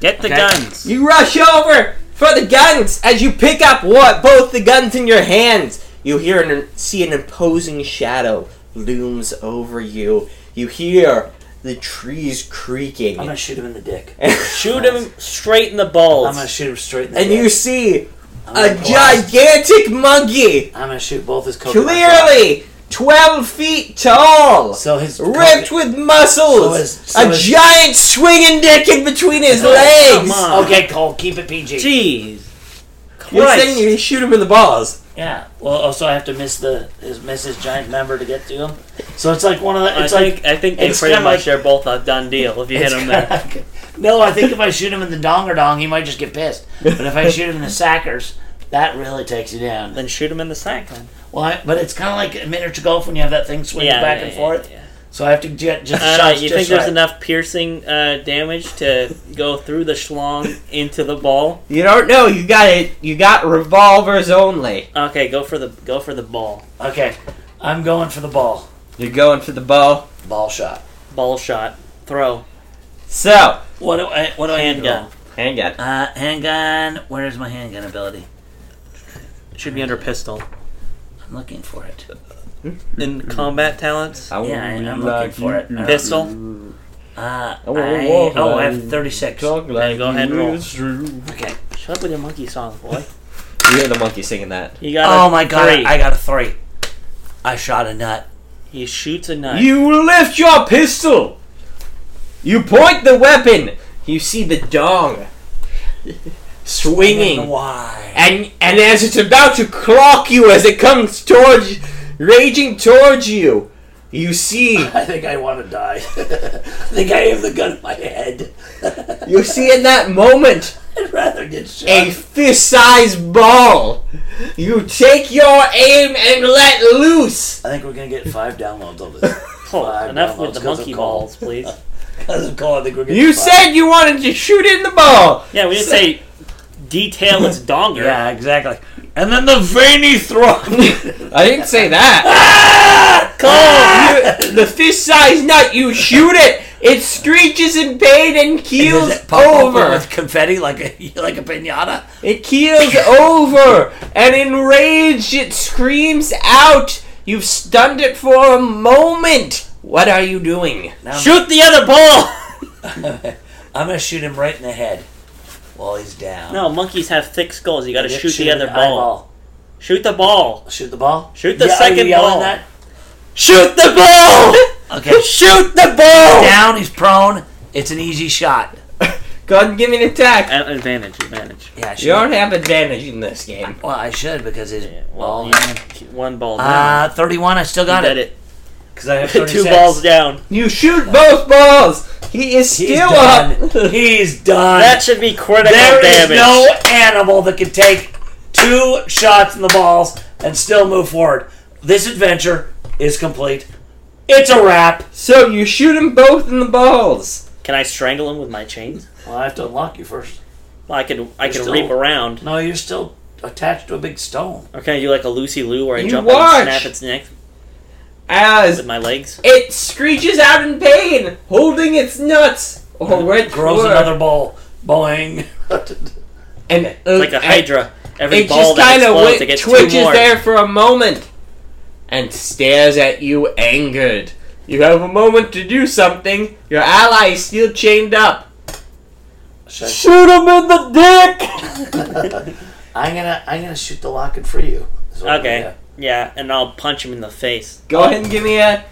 A: Get the
D: Okay.
A: guns.
C: You rush over for the guns as you pick up what both the guns in your hands. You hear and see an imposing shadow looms over you. You hear the trees creaking.
D: I'm gonna shoot him in the dick.
A: Shoot him straight in the balls.
D: I'm gonna shoot him straight in the
C: and
D: dick.
C: you see
D: I'm
C: a
D: gonna blast-
C: gigantic monkey,
D: I'm gonna shoot both his coconuts. off.
C: clearly 12 feet tall,
D: So his
C: ripped
D: coconut-
C: with muscles,
D: So is- so
C: a
D: is-
C: giant swinging dick in between his
D: Oh,
C: legs.
A: come on.
D: Okay, Cole, keep it PG.
A: Jeez.
C: You're
A: Christ.
C: saying you shoot him in the balls.
D: Yeah. Well, also I have to miss the his miss his giant member to get to him. So it's like one of the. It's
A: I
D: like
A: think, I think they
D: it's
A: pretty
D: kinda
A: much
D: like-
A: are both a done deal if you hit
D: it's
A: them there.
D: kinda- [laughs] no, I think if I shoot him in the dong or dong, he might just get pissed. But if I shoot him in the sackers, that really takes you down.
A: Then shoot him in the sack. then.
D: Well, I, but it's kind of like a miniature golf when you have that thing swinging back and forth.
A: yeah.
D: So I have to get just
A: I
D: shots.
A: don't know, you
D: just
A: think there's
D: right.
A: enough piercing uh, damage to go through the schlong into the ball?
C: You don't know. You got it. You got revolvers only.
A: Okay, go for the go for the ball.
D: Okay, I'm going for the ball.
C: You're going for the bow.
D: Ball shot.
A: Ball shot. Throw.
C: So,
D: What do I? What do I need to
A: Handgun.
C: handgun.
D: roll? Uh, handgun. Where's my handgun ability?
A: Should be under pistol.
D: I'm looking for it.
A: In combat talents?
C: I
D: Yeah, Mm-hmm. I, I'm looking for it. Uh,
A: Pistol?
D: Uh,
C: I wanna
D: I-
C: walk
D: oh, I
C: like
D: have 36.
A: Then go ahead and roll.
D: Okay.
A: Shut up with your monkey song,
D: [laughs]
A: boy.
C: You hear the monkey singing that.
A: You got a
D: Oh my god,
A: Uh, three.
D: I got a three. I shot a nut.
A: He shoots a nut.
C: You lift your pistol. You point the weapon. You see the dong
D: [laughs]
C: swinging,
D: Why?
C: and and as it's about to clock you, as it comes towards, raging towards you, you see
D: I think I want to die. [laughs] I think I have the gun in my head. [laughs]
C: you see in that moment
D: I'd rather get shot.
C: a fist-sized ball. You take your aim and let loose.
D: I think we're gonna get five downloads on this.
A: [laughs] Oh,
D: Five
A: enough with
D: downloads
A: the
D: 'cause of
A: monkey
D: Cole. [laughs]
A: balls, please.
D: Because of Cole, I think we're gonna
C: You
D: get
C: said you wanted to shoot in the ball.
A: Yeah, we didn't say detail
D: [laughs]
A: its donger.
D: Yeah, exactly. And then the veiny throb.
C: I didn't
D: [laughs]
C: say that. Cole, you- the fist-sized nut. You shoot it. It screeches in pain and keels
D: Does it pop open
C: over.
D: with confetti like a [laughs] like a pinata.
C: It keels over, and enraged, it screams out. You've stunned it for a moment. What are you doing?
A: Shoot the other ball!
D: [laughs] I'm gonna shoot him right in the head while he's down.
A: No, monkeys have thick skulls. You gotta
D: Just
A: shoot, the
D: him
A: other
D: in
A: ball.
D: eyeball.
A: Shoot the ball.
D: Shoot the ball.
A: Shoot the
D: Yeah, are
A: second
D: you yelling
A: ball.
D: That?
A: Shoot the ball!
D: Oh.
C: [laughs]
D: Okay.
A: Shoot the ball!
D: down. He's prone. It's an easy shot.
C: Go ahead and give me an attack.
A: Advantage, advantage.
D: Yeah. I should.
C: You don't have advantage in this game.
D: Well, I should because his ball.
A: Well, you- one ball down. [laughs]
D: Uh, 31. I still got
A: You did
D: it.
A: it.
D: Because [laughs] I have
A: Two balls down.
C: You shoot both balls. He is
D: He's
C: still
D: done. [laughs]
C: up.
D: He's done.
A: That should be critical
D: There is
A: damage.
D: no animal that can take two shots in the balls and still move forward. This adventure is complete. It's a wrap.
C: So you shoot him both in the balls.
A: Can I strangle him with my chains?
D: Well, I have to unlock you first.
A: Well, I could I could
D: still-
A: reap around.
D: No, you're still attached to a big stone.
A: Or can I do like a Lucy Lou where I
C: You
A: jump
C: watch.
A: and snap its neck
C: As
A: with my legs?
C: it screeches out in pain, holding its nuts. Oh, Or red
D: Grows another ball.
C: [laughs]
D: Boing.
C: And uh,
D: Uh,
A: It's like a
C: and
A: Hydra. Every
C: It
A: ball
C: just
A: that
C: kind of
A: explodes, it
C: wi-
A: gets two
C: twitches
A: more.
C: there for a moment. and stares at you angered. You have a moment to do something. Your ally is still chained up.
D: Should I-
C: Shoot him in the dick!
D: I'm gonna I'm gonna shoot the locket for you. Is what I'm
A: Okay.
D: gonna
A: Yeah, and I'll punch him in the face.
C: Go ahead and give me a.
D: do.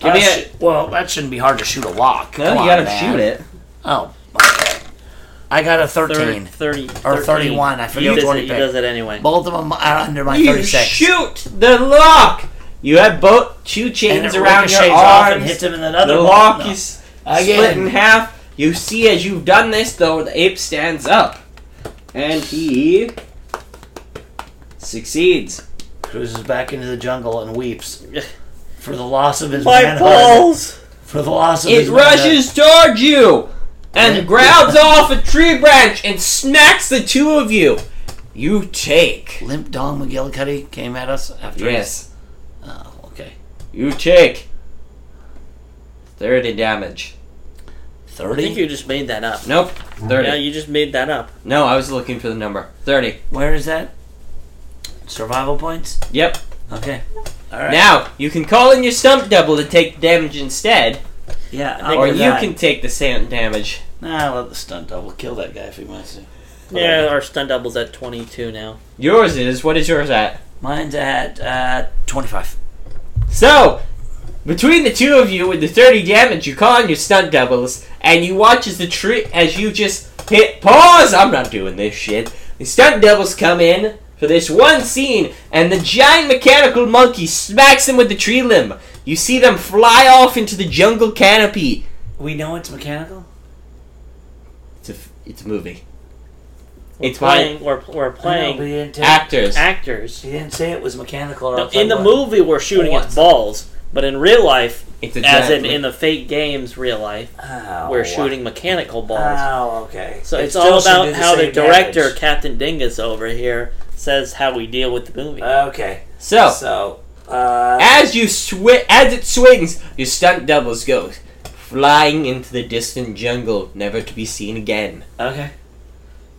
C: Give
A: Uh,
D: I'll
C: me a.
D: shoot- well, that shouldn't be hard to shoot a lock.
C: No,
D: Come
C: you
D: on,
C: gotta
D: man.
C: shoot it.
D: Oh, okay. I got a
A: Thirty,
D: 13.
A: thirty,
D: Or
A: 13.
D: 31, I
A: He
D: forget
A: does,
D: which one
A: it,
D: he
A: he
D: picked.
A: does it anyway.
D: Both of them are under my
C: You
D: 36.
C: shoot the lock! You have both two
D: and
C: chains
D: it
C: around your
D: ricochets off and
C: arms.
D: hits him in another
C: the
D: one.
C: lock
D: No.
C: is split
D: Again.
C: in half. You see, as you've done this, though, the ape stands up. And he. succeeds.
D: Cruises back into the jungle and
C: [sighs]
D: weeps for the loss of his
A: My
D: manhood.
A: balls!
D: For the loss of his
C: It
D: manhood.
C: rushes towards you and [laughs] grabs off a tree branch and smacks the two of you. You take.
D: Limp Dong McGillicuddy came at us after
C: Yes.
D: his- Oh, okay.
C: You take 30 damage.
A: I think
D: 30?
A: you just made that up.
C: Nope. 30.
A: Yeah, you just made that up.
C: no, I was looking for the number. 30.
D: Where is that? Survival points?
C: Yep.
D: Okay. Alright.
C: Now, you can call in your stump double to take damage instead,
D: yeah, I'll
C: or
D: do
C: you
D: that.
C: can take the sand damage.
D: Nah, let the stunt double kill that guy if he wants to.
A: Yeah, our stunt double's at 22 now.
C: Yours is, what is yours at?
D: Mine's at uh, 25.
C: So, between the two of you with the 30 damage, you call in your stunt doubles, and you watch as the tree, as you just hit pause! I'm not doing this shit. The stunt doubles come in for this one scene, and the giant mechanical monkey smacks them with the tree limb. You see them fly off into the jungle canopy.
D: We know it's mechanical?
C: It's a, f- it's a movie.
A: We're
C: It's my
A: playing. We're, we're
D: No, but
A: playing
D: he didn't, tell-
C: actors.
A: actors.
D: he didn't say it was mechanical. Or
A: No,
D: else I
A: in the
D: would.
A: movie, we're shooting at
D: What?
A: balls, but in real life,
C: It's a
A: as
C: giant
A: in
C: mo-
A: in the fake games, real life,
D: Ow.
A: we're shooting mechanical balls.
D: Oh, okay.
A: so
D: It
A: it's
D: still
A: all
D: should
A: about
D: do the
A: how the
D: same
A: director,
D: damage.
A: Captain Dingus over here, says how we deal with the
D: Uh,
A: movie.
D: Okay.
A: Oh.
C: So,
D: So, uh,
C: As you swi- as it swings, your stunt doubles go flying into the distant jungle, never to be seen again.
D: okay.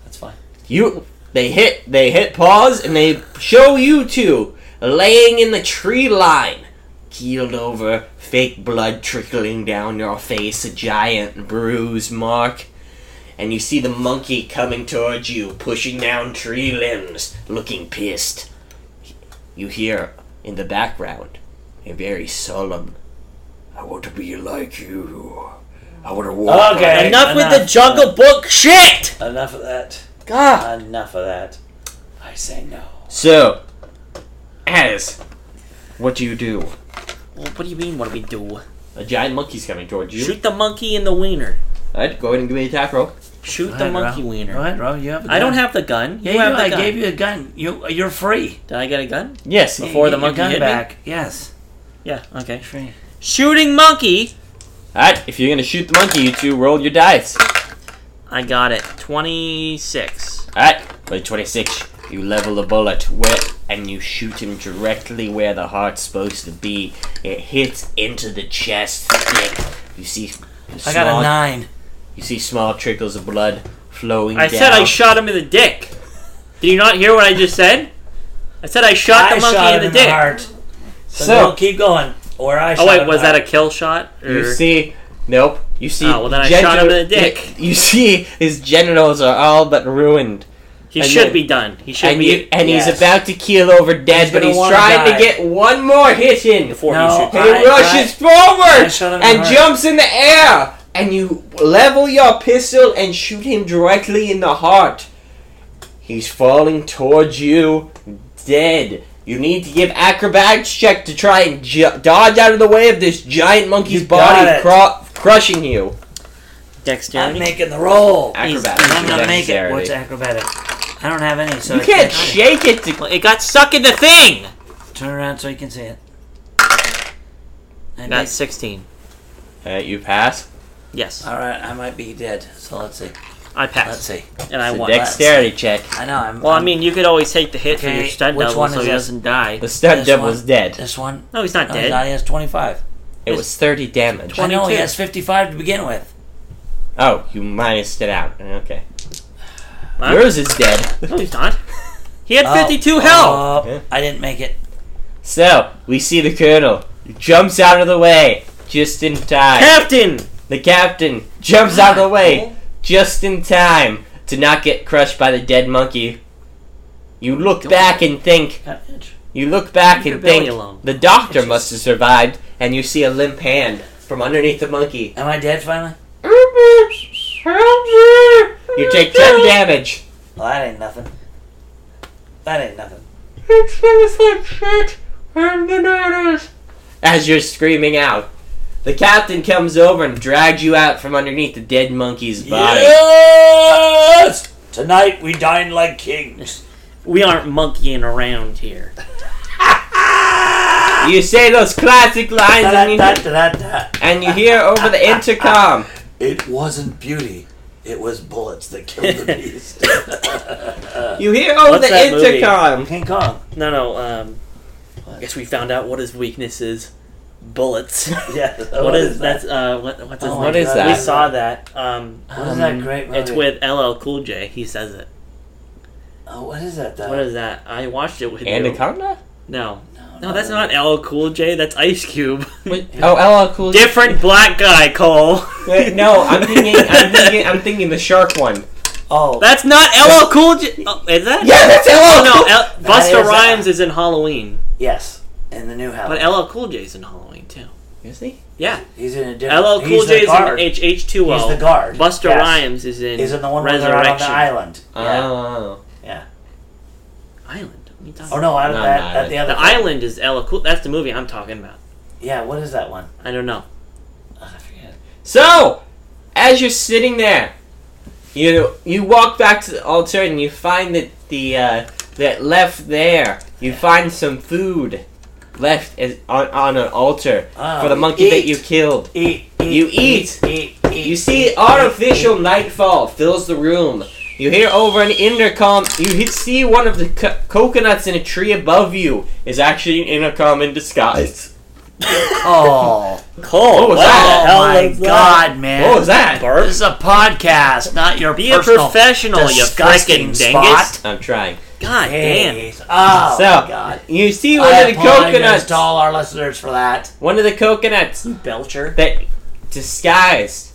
D: That's fine.
C: You they hit they hit pause and they show you two laying in the tree line, keeled over, fake blood trickling down your face, a giant bruise mark. And you see the monkey coming towards you, pushing down tree limbs, looking pissed. You hear in the background a very solemn I want to be like you. I want to walk.
D: Okay.
A: enough, with the Jungle Book shit.
D: Enough of that.
C: God.
D: Enough of that. I say no.
C: So, as what do you do?
A: Well, what do you mean? What do we do?
C: A giant monkey's coming towards you.
A: Shoot the monkey in the wiener.
C: Alright, go ahead and give me an attack roll.
A: Shoot
D: Go
A: the
D: ahead,
A: monkey
D: Ro.
A: wiener.
D: Go ahead, Ro. You have. A gun.
A: I don't have the gun.
D: Yeah,
A: you
D: you,
A: have the
D: I
A: gun.
D: gave you a gun. You you're free.
A: Did I get a gun?
C: Yes.
A: Before
D: You
A: the
D: get your
A: monkey
D: gun
A: hit me?
D: back. Yes.
A: Yeah. Okay.
D: Free.
A: Shooting monkey.
C: Alright, if you're gonna shoot the monkey, you two roll your dice.
A: I got it. Twenty six.
C: Alright, roll 26. You level the bullet where, and you shoot him directly where the heart's supposed to be. It hits into the chest. Thick. You see.
D: I got
C: small-
D: a nine.
C: You see small trickles of blood flowing
A: I
C: down.
A: said I shot him in the dick. Did you not hear what I just said? I said I shot
D: I
A: the monkey
D: shot
A: in
D: him
A: the dick.
D: heart. So,
C: So-
D: no, keep going. Or I.
A: oh
D: shot
A: wait,
D: him
A: was
D: in the
A: that a
D: heart.
A: kill shot?
C: You
A: or-
C: see, nope. You see,
A: Oh, well, then I shot him in the dick.
C: You see, his genitals are all but ruined,
A: he
C: and
A: should
C: you-
A: be done. He should
C: and
A: be.
C: you, and
D: yes.
C: he's about to keel over dead,
D: He's
C: but
D: gonna
C: he's
D: wanna
C: trying
D: die.
C: to get one more hit in.
A: before
D: No,
A: he should.
D: I-
C: He rushes
D: I shot him
C: forward
D: in
C: and
D: the heart.
C: jumps in the air, and you level your pistol and shoot him directly in the heart. He's falling towards you, dead. You need to give acrobatics check to try and ju- dodge out of the way of this giant monkey's
D: You got
C: body
D: it.
C: cro- crushing you.
A: Dexterity.
D: I'm making the roll.
C: Acrobatics.
D: I'm gonna make it.
C: Dexterity.
D: What's acrobatic? I don't have any, so
C: You
D: I
C: can't
D: do it.
C: shake it to.
A: Well, it got stuck in the thing.
D: Turn around so you can see it. And
A: That's sixteen.
C: Alright, you pass.
A: Yes,
D: all right, I might be dead. So let's see.
A: I
D: Let's
A: passed
D: see.
A: and I
C: It's a
A: won.
C: dexterity check.
D: I know. I'm.
A: Well, I
D: I'm-
A: mean, you could always take the hit for your
D: Okay,
A: stunt
D: which
A: double
D: one
A: so
D: is
A: he
D: it?
A: doesn't die.
C: The stunt
D: This
C: double's
D: one.
C: dead.
D: This one.
A: No, he's not
D: No,
A: dead.
D: he has 25.
C: It was 30 damage.
D: I know he
A: 22.
D: has 55 to begin with.
C: Oh, you minused it out. Okay.
A: Huh?
C: Yours is dead.
D: [laughs]
A: No, he's not. He had
D: Oh,
A: fifty two health.
D: oh,
C: Yeah.
D: I didn't make it.
C: So we see the colonel jumps out of the way just in
D: oh.
C: time.
A: Captain!
C: The captain jumps out of the way just in time to not get crushed by the dead monkey. You look back and think.
A: Got an itch.
C: You look back
A: Leave
C: and
A: your belly
C: think
A: alone.
C: the doctor must have survived, and you see a limp hand from underneath the monkey.
D: Am I dead finally?
C: You take ten damage.
D: Well, that ain't nothing. That ain't nothing.
C: As you're screaming out, the captain comes over and drags you out from underneath the dead monkey's body.
D: Yes! Tonight we dine like kings.
A: We aren't monkeying around here.
C: You say those classic lines, and you,
D: Da-da-da-da-da.
C: and you hear over the intercom.
D: It wasn't beauty. It was bullets that killed
A: [laughs]
D: the beast.
C: You hear over
A: What's
C: the
A: that movie?
C: intercom.
D: King Kong.
A: No, no, um. I guess we found out what his weakness is
D: [laughs]
A: bullets.
D: [laughs] Yeah.
A: what is that's uh what what's his
D: Oh
A: name?
D: my
C: What is
D: God.
A: We
C: that?
A: saw that. Um,
D: What is that great movie?
A: it's with LL Cool J. He says it.
D: Oh, what is that though?
A: What is that? I watched it with you.
C: Anaconda?
A: No, no, that's not LL Cool J. That's Ice Cube.
C: Wait, oh, LL Cool J.
A: [laughs] Different black guy, Cole. [laughs]
C: Wait, no, I'm thinking, I'm thinking, I'm thinking the shark one.
D: Oh,
A: That's not LL Cool J. Oh, is that?
C: that's LL.
A: Oh no, L- Busta
D: is- uh,
A: Rhymes is in Halloween,
D: yes. In the new house.
A: but LL Cool J's in Halloween too.
C: Is he?
A: Yeah,
D: he's in a different.
A: LL
D: he's
A: Cool
D: the
A: J is in
D: guard.
A: HH2O.
D: He's the guard.
A: Busta
D: Yes.
A: Rhymes is in.
D: He's in the one where they're out on the
A: Resurrection Uh,
D: island. Yeah.
C: Oh.
D: yeah.
A: Island. What are you talking
D: Oh no, out of
C: No,
D: that,
C: not
D: at the
A: about?
D: other.
A: The island is LL Cool. That's the movie I'm talking about.
D: Yeah. What is that one?
A: I don't know.
D: Oh, I forget.
C: So, as you're sitting there, you you walk back to the altar and you find that the uh, that left there. You find some food left as, on on an altar
D: Ah,
C: for the
D: we
C: monkey that
D: eat.
C: you killed.
A: E,
D: Eat, eat,
C: You eat.
D: eat, eat,
C: You
D: eat,
C: see
D: eat,
C: artificial nightfall fills the room. You hear over an intercom. You hit, see one of the co- coconuts in a tree above you is actually an intercom in disguise.
D: Oh,
A: Cole,
C: What was that?
A: the hell
D: my
A: was that? Oh
D: God, man!
C: What was that?
A: Burp.
D: This is a podcast, not your
A: Be a
D: personal.
A: professional, you
D: disgusting
A: freaking
D: spot.
A: dingus.
C: I'm trying.
A: God damn.
D: Jeez. Oh
C: So-
D: my God!
C: You see one
D: I
C: of the
D: apologize
C: coconuts.
D: to all our listeners for that.
C: One of the coconuts
A: Belcher.
C: that disguised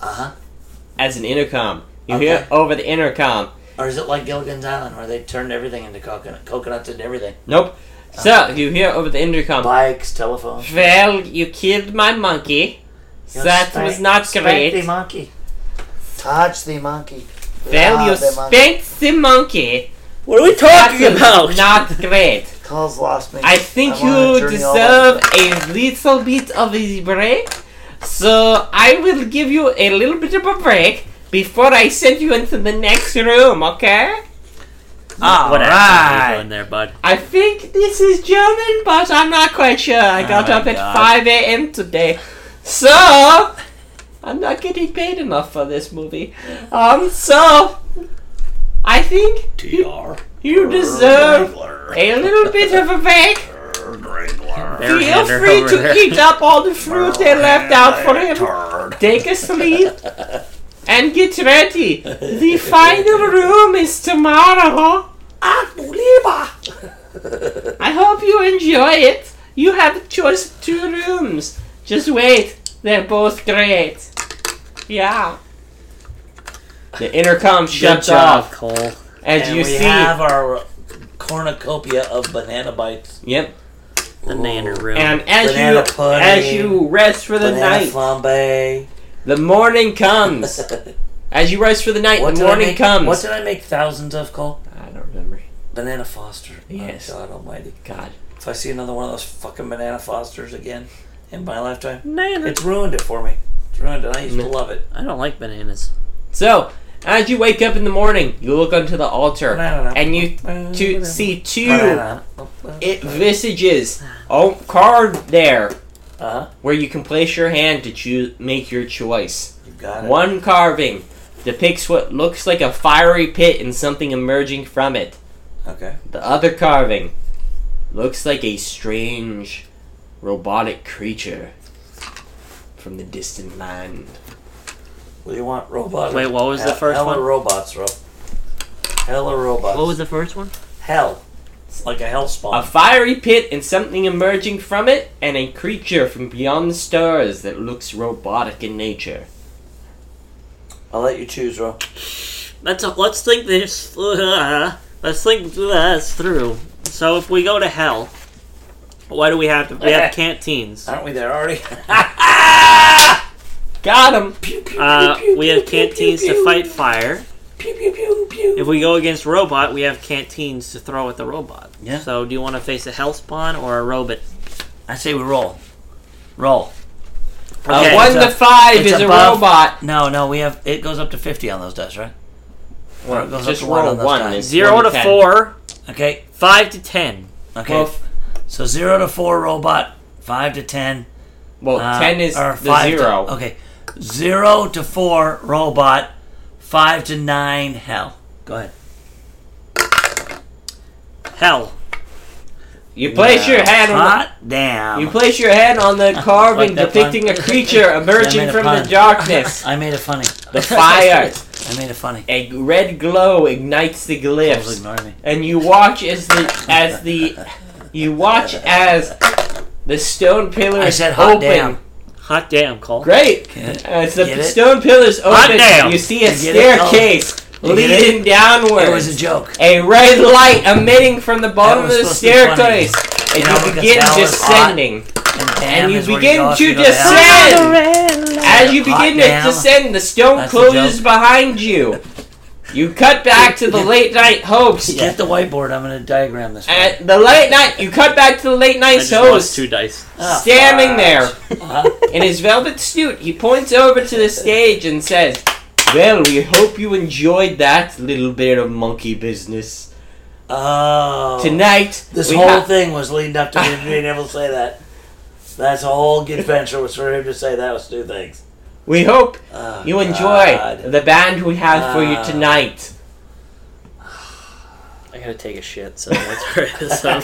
D: Uh huh.
C: as an intercom. You
D: Okay.
C: hear over the intercom.
D: Or is it like Gilligan's Island, where they turned everything into coconut, coconuts and everything?
C: Nope. So you hear over the intercom.
D: Bikes, telephones.
C: Well, you killed my monkey.
D: You know,
C: that
D: spank-
C: was not
D: spank
C: great.
D: the monkey. Touch the monkey.
C: Well, you
D: Love Ah, the monkey.
C: spanked the monkey.
A: What are we talking
C: That
A: about?
C: was not great.
D: Cole's lost me.
C: I think
D: I'm on a
C: you
D: journey all over
C: deserve a little bit of a break. So I will give you a little bit of a break before I send you into the next room, okay?
D: Ah,
A: All what right. you doing there, bud?
C: I think this is German, but I'm not quite sure. I got
D: Oh my
C: up at
D: God.
C: 5 a.m. today. So, I'm not getting paid enough for this movie. Um, so, I think
D: TR.
C: you deserve a little bit of a break. Feel
A: Bearhander
C: free
A: over
C: to
A: there.
C: eat up all the fruit they left out for him. Take a sleep and get ready. The final room is tomorrow. I hope you enjoy it. You have choice two rooms. Just wait. They're both great. Yeah. The intercom
A: Good
C: shuts
A: job,
C: off
A: Cole.
C: as
D: And
C: you
D: we
C: see.
D: have our cornucopia of banana bites.
C: yep.
A: The nanner room.
C: And as
D: Banana
C: you
D: pudding.
C: as you rest for the
D: banana
C: night,
D: flambe.
C: the
D: [laughs]
C: morning comes. As you rest for the night,
D: What
C: the
D: did I
C: morning
D: make-
C: comes.
D: What did I make thousands of, Cole?
C: I don't remember.
D: Banana Foster.
C: Yes.
D: Oh, God almighty.
C: God.
D: If I see another one of those fucking Banana Fosters again in my lifetime,
A: Nanner.
D: it's ruined it for me. It's ruined it. I used to love it.
A: I don't like bananas.
C: So, as you wake up in the morning, you look onto the altar
D: Banana.
C: and you to see two
D: Banana.
C: it visages on card there
D: Uh-huh.
C: where you can place your hand to choose make your choice.
D: You got it.
C: One carving depicts what looks like a fiery pit and something emerging from it.
D: Okay.
C: The other carving looks like a strange robotic creature from the distant land.
D: What do you want? Robots.
A: Wait, what was the first
D: hella
A: one?
D: robots, bro. Hella robots.
A: What was the first one?
D: Hell. It's like a hell
C: A
D: spawn.
C: fiery pit and something emerging from it, and a creature from beyond the stars that looks robotic in nature.
D: I'll let you choose, Ro.
A: Let's uh, let's think this. uh, let's think this through. So if we go to hell, why do we have to?
D: [laughs]
A: We have canteens.
D: Aren't we there already? [laughs]
C: Got him! [laughs]
A: Uh, we have canteens to fight fire. If we go against robot, we have canteens to throw at the robot.
D: Yeah.
A: So do you want to face a hell spawn or a robot?
D: I say we roll. Roll.
A: Okay,
C: a Uh, one
D: it's
C: to
D: a-
C: five
D: it's
C: is a
D: above-
C: robot.
D: No, no, we have. It goes up to 50 on those dice, right? Or it goes
C: Just
D: up to one
C: roll
D: on those
C: one
D: dice.
C: is-
A: Zero
C: One
A: to
C: to ten.
A: four,
D: Okay,
A: five to ten.
D: okay.
C: Well, f-
D: so 0 to 4 robot, 5 to 10.
C: well
D: uh,
C: ten is
D: or
C: the
D: to-
C: zero.
D: okay. 0 to 4 robot, 5 to 9 hell. Go ahead.
A: Hell.
C: You place your hand on the,
D: Hot damn.
C: you place your hand on
D: [laughs]
C: the carving
D: that
C: depicting
D: pun. [laughs]
C: a creature
D: I
C: emerging
D: made a
C: from
D: pun.
C: the
D: [laughs]
C: darkness.
D: I made it funny.
C: the fire,
D: [laughs] I made it funny.
C: a red glow ignites the
D: Totally
C: glyphs,
D: ignore me.
C: and you watch as the as the you watch as the stone pillars
D: I said, "Hot
C: open.
D: damn."
A: Hot damn, Cole.
C: Great.
D: Get
C: As the
D: Get it?
C: stone pillars open,
A: damn.
C: you see a
D: You get it? Oh.
C: staircase
D: You get it?
C: leading downwards.
D: It was a joke.
C: A red light emitting from the bottom of
D: was
C: the
D: supposed to be funny.
C: staircase. And
D: You know,
C: you
D: because
C: begin
D: hell is hot.
C: descending.
D: And,
C: And
D: damn
C: you
D: is where
C: begin
D: go if
C: to
D: you go hell.
C: descend. As you
D: Hot
C: begin
D: damn.
C: to descend, the stone
D: That's a
C: closes
D: joke.
C: behind you. You cut back to
D: [laughs]
C: the late night host.
D: Get the whiteboard. I'm going to diagram this. one.
C: At the late night, you cut back to the late
A: I
C: night
A: just lost
C: host.
A: two dice.
D: Ah,
C: Standing
D: fuck.
C: there
D: Uh-huh.
C: in his velvet suit, he points over to the stage and says, Well, we hope you enjoyed that little bit of monkey business.
D: Oh.
C: Tonight,
D: This
C: we
D: whole
C: ha-
D: thing was leading up to him being able to say that. That's a whole good venture was for him to say that was two things.
C: we hope
D: Oh,
C: you enjoy
D: God. Ah.
C: the band we have for
D: God.
C: you tonight.
A: I gotta take a shit, so let's wrap [laughs] this up.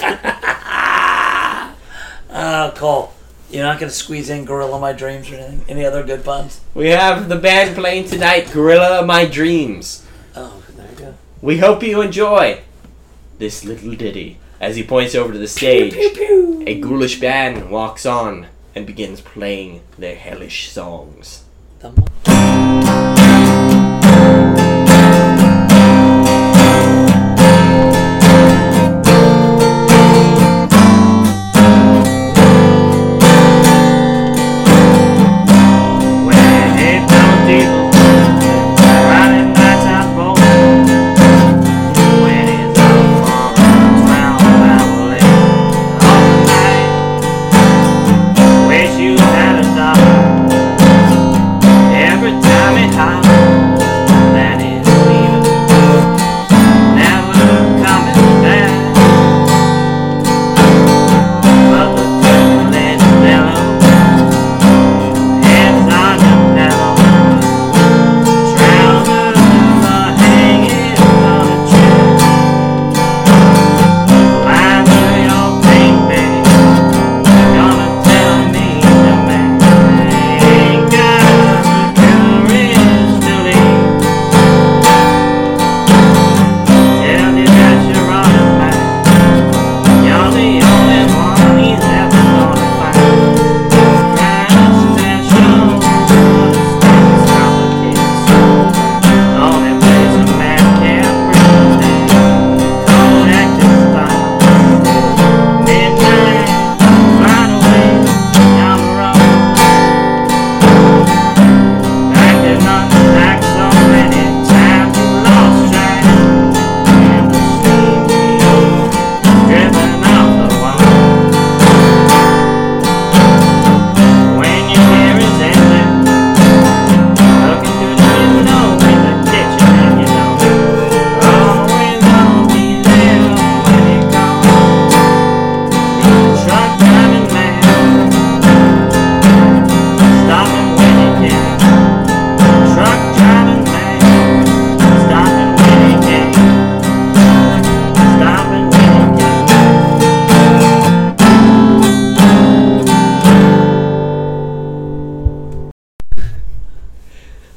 D: Oh, Cole, you're not going to squeeze in Gorilla My Dreams or anything? Any other good puns?
C: We have the band playing tonight, Gorilla of My Dreams.
D: Oh, there you go.
C: We hope you enjoy this little ditty. As he points over to the stage, a ghoulish band walks on and begins playing their hellish songs.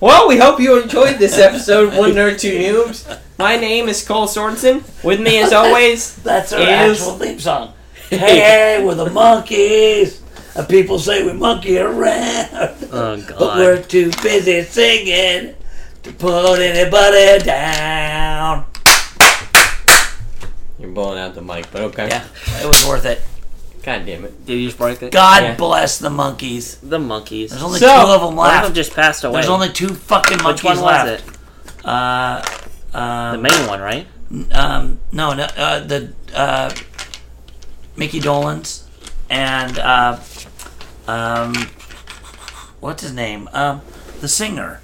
C: Well, we hope you enjoyed this episode, One Nerd Two Noobs. My name is Cole Sorensen. With me, as always,
D: That's our
C: Is-
D: actual theme [laughs] song. Hey, hey, we're the monkeys. And people say we monkey around,
A: Oh
D: but we're
A: god.
D: too busy singing to put anybody down.
C: you're blowing out the mic, but okay.
D: Yeah, it was worth it.
C: God damn it.
A: Did you just break it?
D: God
C: Yeah.
D: bless the monkeys.
A: The monkeys.
D: There's only
C: So-
D: two of them
A: One of them
D: left.
A: just passed away.
D: There's only two fucking
A: Which
D: monkeys
A: one was
D: left.
A: it?
D: It? Uh,
A: The
D: um,
A: main one, right?
D: um, no, no, uh, the uh, Mickey Dolan's and uh, um, what's his name? Um, the singer,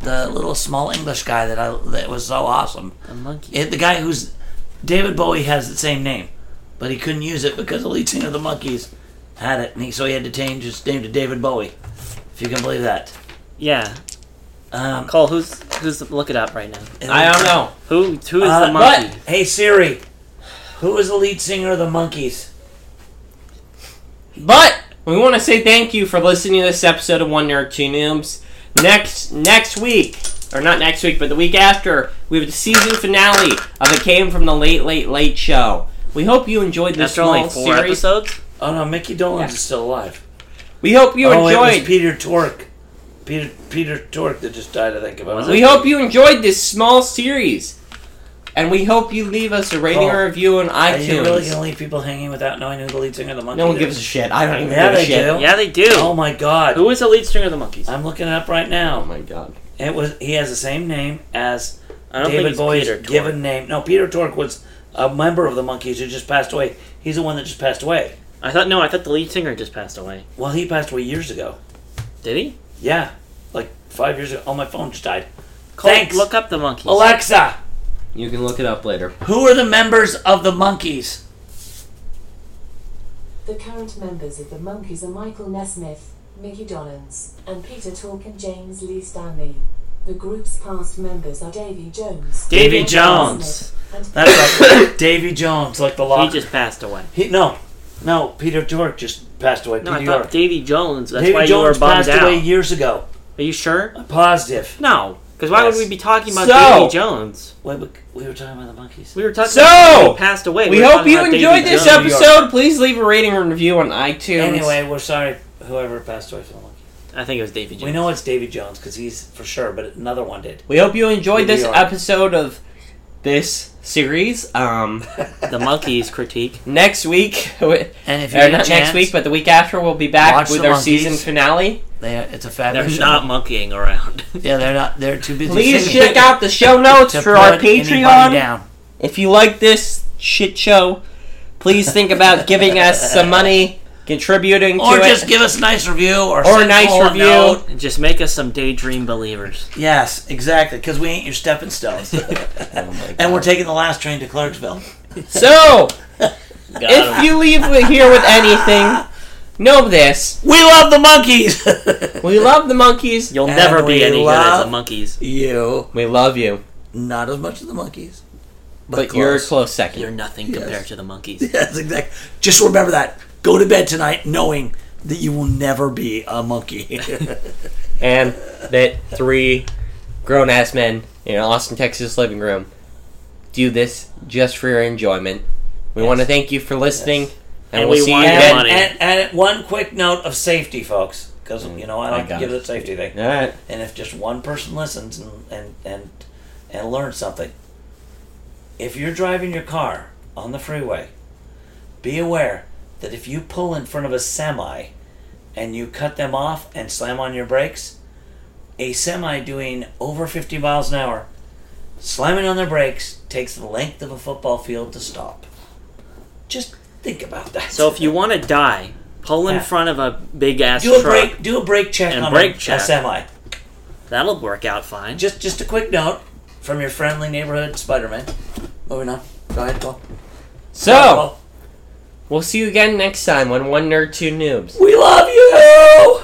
D: the little small English guy that I that was so awesome.
A: The monkey.
D: It, the guy who's David Bowie has the same name, but he couldn't use it because the lead singer of the Monkees had it, and he, so he had to change his name to David Bowie. If you can believe that.
A: Yeah.
D: Um,
A: Cole, who's who's look it up right now?
C: I don't know.
A: Who who is
D: Uh,
A: the monkey?
D: Hey Siri, who is the lead singer of the Monkees?
C: But we want to say thank you for listening to this episode of One Nerd Two Noobs. Next next week, or not next week, but the week after, we have the season finale of It Came from the Late Late Late Show. We hope you enjoyed this
A: After
C: small
A: only four
C: series.
A: episodes?
D: Oh no, Mickey Dolan's
C: Yeah.
D: is still alive.
C: We hope you
D: oh, it was
C: enjoyed.
D: Peter Tork. Peter Peter Tork that just died, I think. If I'm
A: Was
D: not-
C: We hope you enjoyed this small series, and we hope you leave us a rating
D: Oh.
C: or review on
D: Are you
C: iTunes.
D: really gonna leave people hanging without knowing who the lead singer of the Monkees?
C: No one
D: is?
C: gives a shit. I don't even
D: Yeah,
C: give a
D: they
C: shit.
D: do.
A: Yeah, they do.
D: Oh my God!
A: Who is the lead singer of the monkeys?
D: I'm looking it up right
C: Oh
D: now.
C: my god.
D: It was he has the same name as
A: I don't
D: David
A: think it's
D: Bowie's
A: Peter Tork.
D: given name. No, Peter Tork was a member of the Monkees who just passed away. He's the one that just passed away.
A: I thought no, I thought the lead singer just passed away.
D: Well, he passed away years ago.
A: Did he?
D: Yeah, like five years ago. Oh, my phone just died.
A: Cole,
D: Thanks.
A: Look up the monkeys.
D: Alexa,
C: You can look it up later.
D: who are the members of the Monkees?
F: The current members of the Monkeys are Michael Nesmith, Mickey Dolenz, and Peter Talk and James Lee Stanley. The group's past members are Davy Jones,
A: Davy
F: Michael
A: Jones.
F: Nesmith, and
D: That's right. [coughs] Davy Jones, like the
A: He
D: lock.
A: just passed away.
D: He- no, no. Peter Tork just passed away.
A: No,
D: Peter
A: I thought
D: York.
A: Davy Jones. That's why
D: Davy
A: you were
D: Jones
A: bummed
D: passed
A: out.
D: away years ago.
A: Are you sure?
D: I'm positive.
A: No, because why
D: Yes.
A: would we be talking about
C: So-
A: Davy Jones?
D: Wait, we, we were talking about the Monkees.
A: We were talking
C: So,
A: about when he passed away.
C: We
A: were
C: hope
A: talking
C: you
A: about Davy
C: enjoyed this
A: Jones.
D: York.
C: episode. Please leave a rating or review on iTunes.
D: Anyway, we're sorry whoever passed away from the Monkees.
A: I think it was Davy Jones.
D: We know it's Davy Jones because he's for sure, but another one did.
C: we hope you enjoyed this
D: Review on-
C: episode of this series. Um,
A: the
D: [laughs]
A: monkeys critique.
C: next week, [laughs] or
D: And if you
C: not
D: get a
C: next
D: chance,
C: week, but the week after, we'll be back
D: Watch
C: with
D: the
C: our
D: monkeys.
C: season finale.
D: they, it's a
A: They're
D: fabulous. show.
A: not monkeying around.
D: Yeah, they're not. They're too busy.
C: Please
D: singing
C: check out
D: [laughs]
C: the show notes
D: to
C: for our
D: put anybody
C: Patreon.
D: Down.
C: If you like this shit show, please think about giving us
D: [laughs]
C: some money, contributing
D: Or
C: to
D: just
C: it.
D: give us a nice review, or
C: Or a
D: send
C: nice
D: Cole
C: review.
D: note.
A: And [laughs] just make us some daydream believers.
D: Yes, exactly. Because we ain't your stepping [laughs] stones, and we're taking the last train to Clarksville. [laughs]
C: So,
A: Got
C: if you leave with- here with anything, know this.
D: We love the monkeys. [laughs]
C: We love the monkeys.
A: You'll
D: And
A: never
D: we
A: be any good as
D: love-
A: the monkeys.
D: you
C: We love you.
D: not as much as the monkeys, but,
C: But
D: close. [laughs]
C: you're a close second.
A: You're nothing compared to the monkeys.
D: Yes, exactly. Just remember that. Go to bed tonight knowing that you will never be a monkey.
C: and that three grown ass men in an Austin, Texas living room do this just for your enjoyment. We want to thank you for listening, and,
A: And
C: we'll
A: we
C: see you
A: want your
C: again.
A: money.
D: and, and one quick note of safety, folks, because you know I
C: my
D: like to
C: God.
D: give the safety thing.
C: All right.
D: and if just one person listens and and and, and learns something if you're driving your car on the freeway be aware that if you pull in front of a semi and you cut them off and slam on your brakes a semi doing over 50 miles an hour slamming on their brakes takes the length of a football field to stop just think about that
A: So if you want to die, pull in
D: Yeah.
A: front of a big ass
D: do a
A: truck.
D: brake do a brake check
A: And
D: on
A: brake
D: a,
A: check.
D: a semi
A: That'll work out fine.
D: Just just a quick note from your friendly neighborhood Spider-Man. Moving on. Go ahead, Paul.
C: So, we'll see you again next time on One Nerd, Two Noobs.
D: we love you.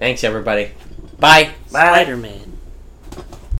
C: Thanks, everybody. Bye.
A: Spider Man.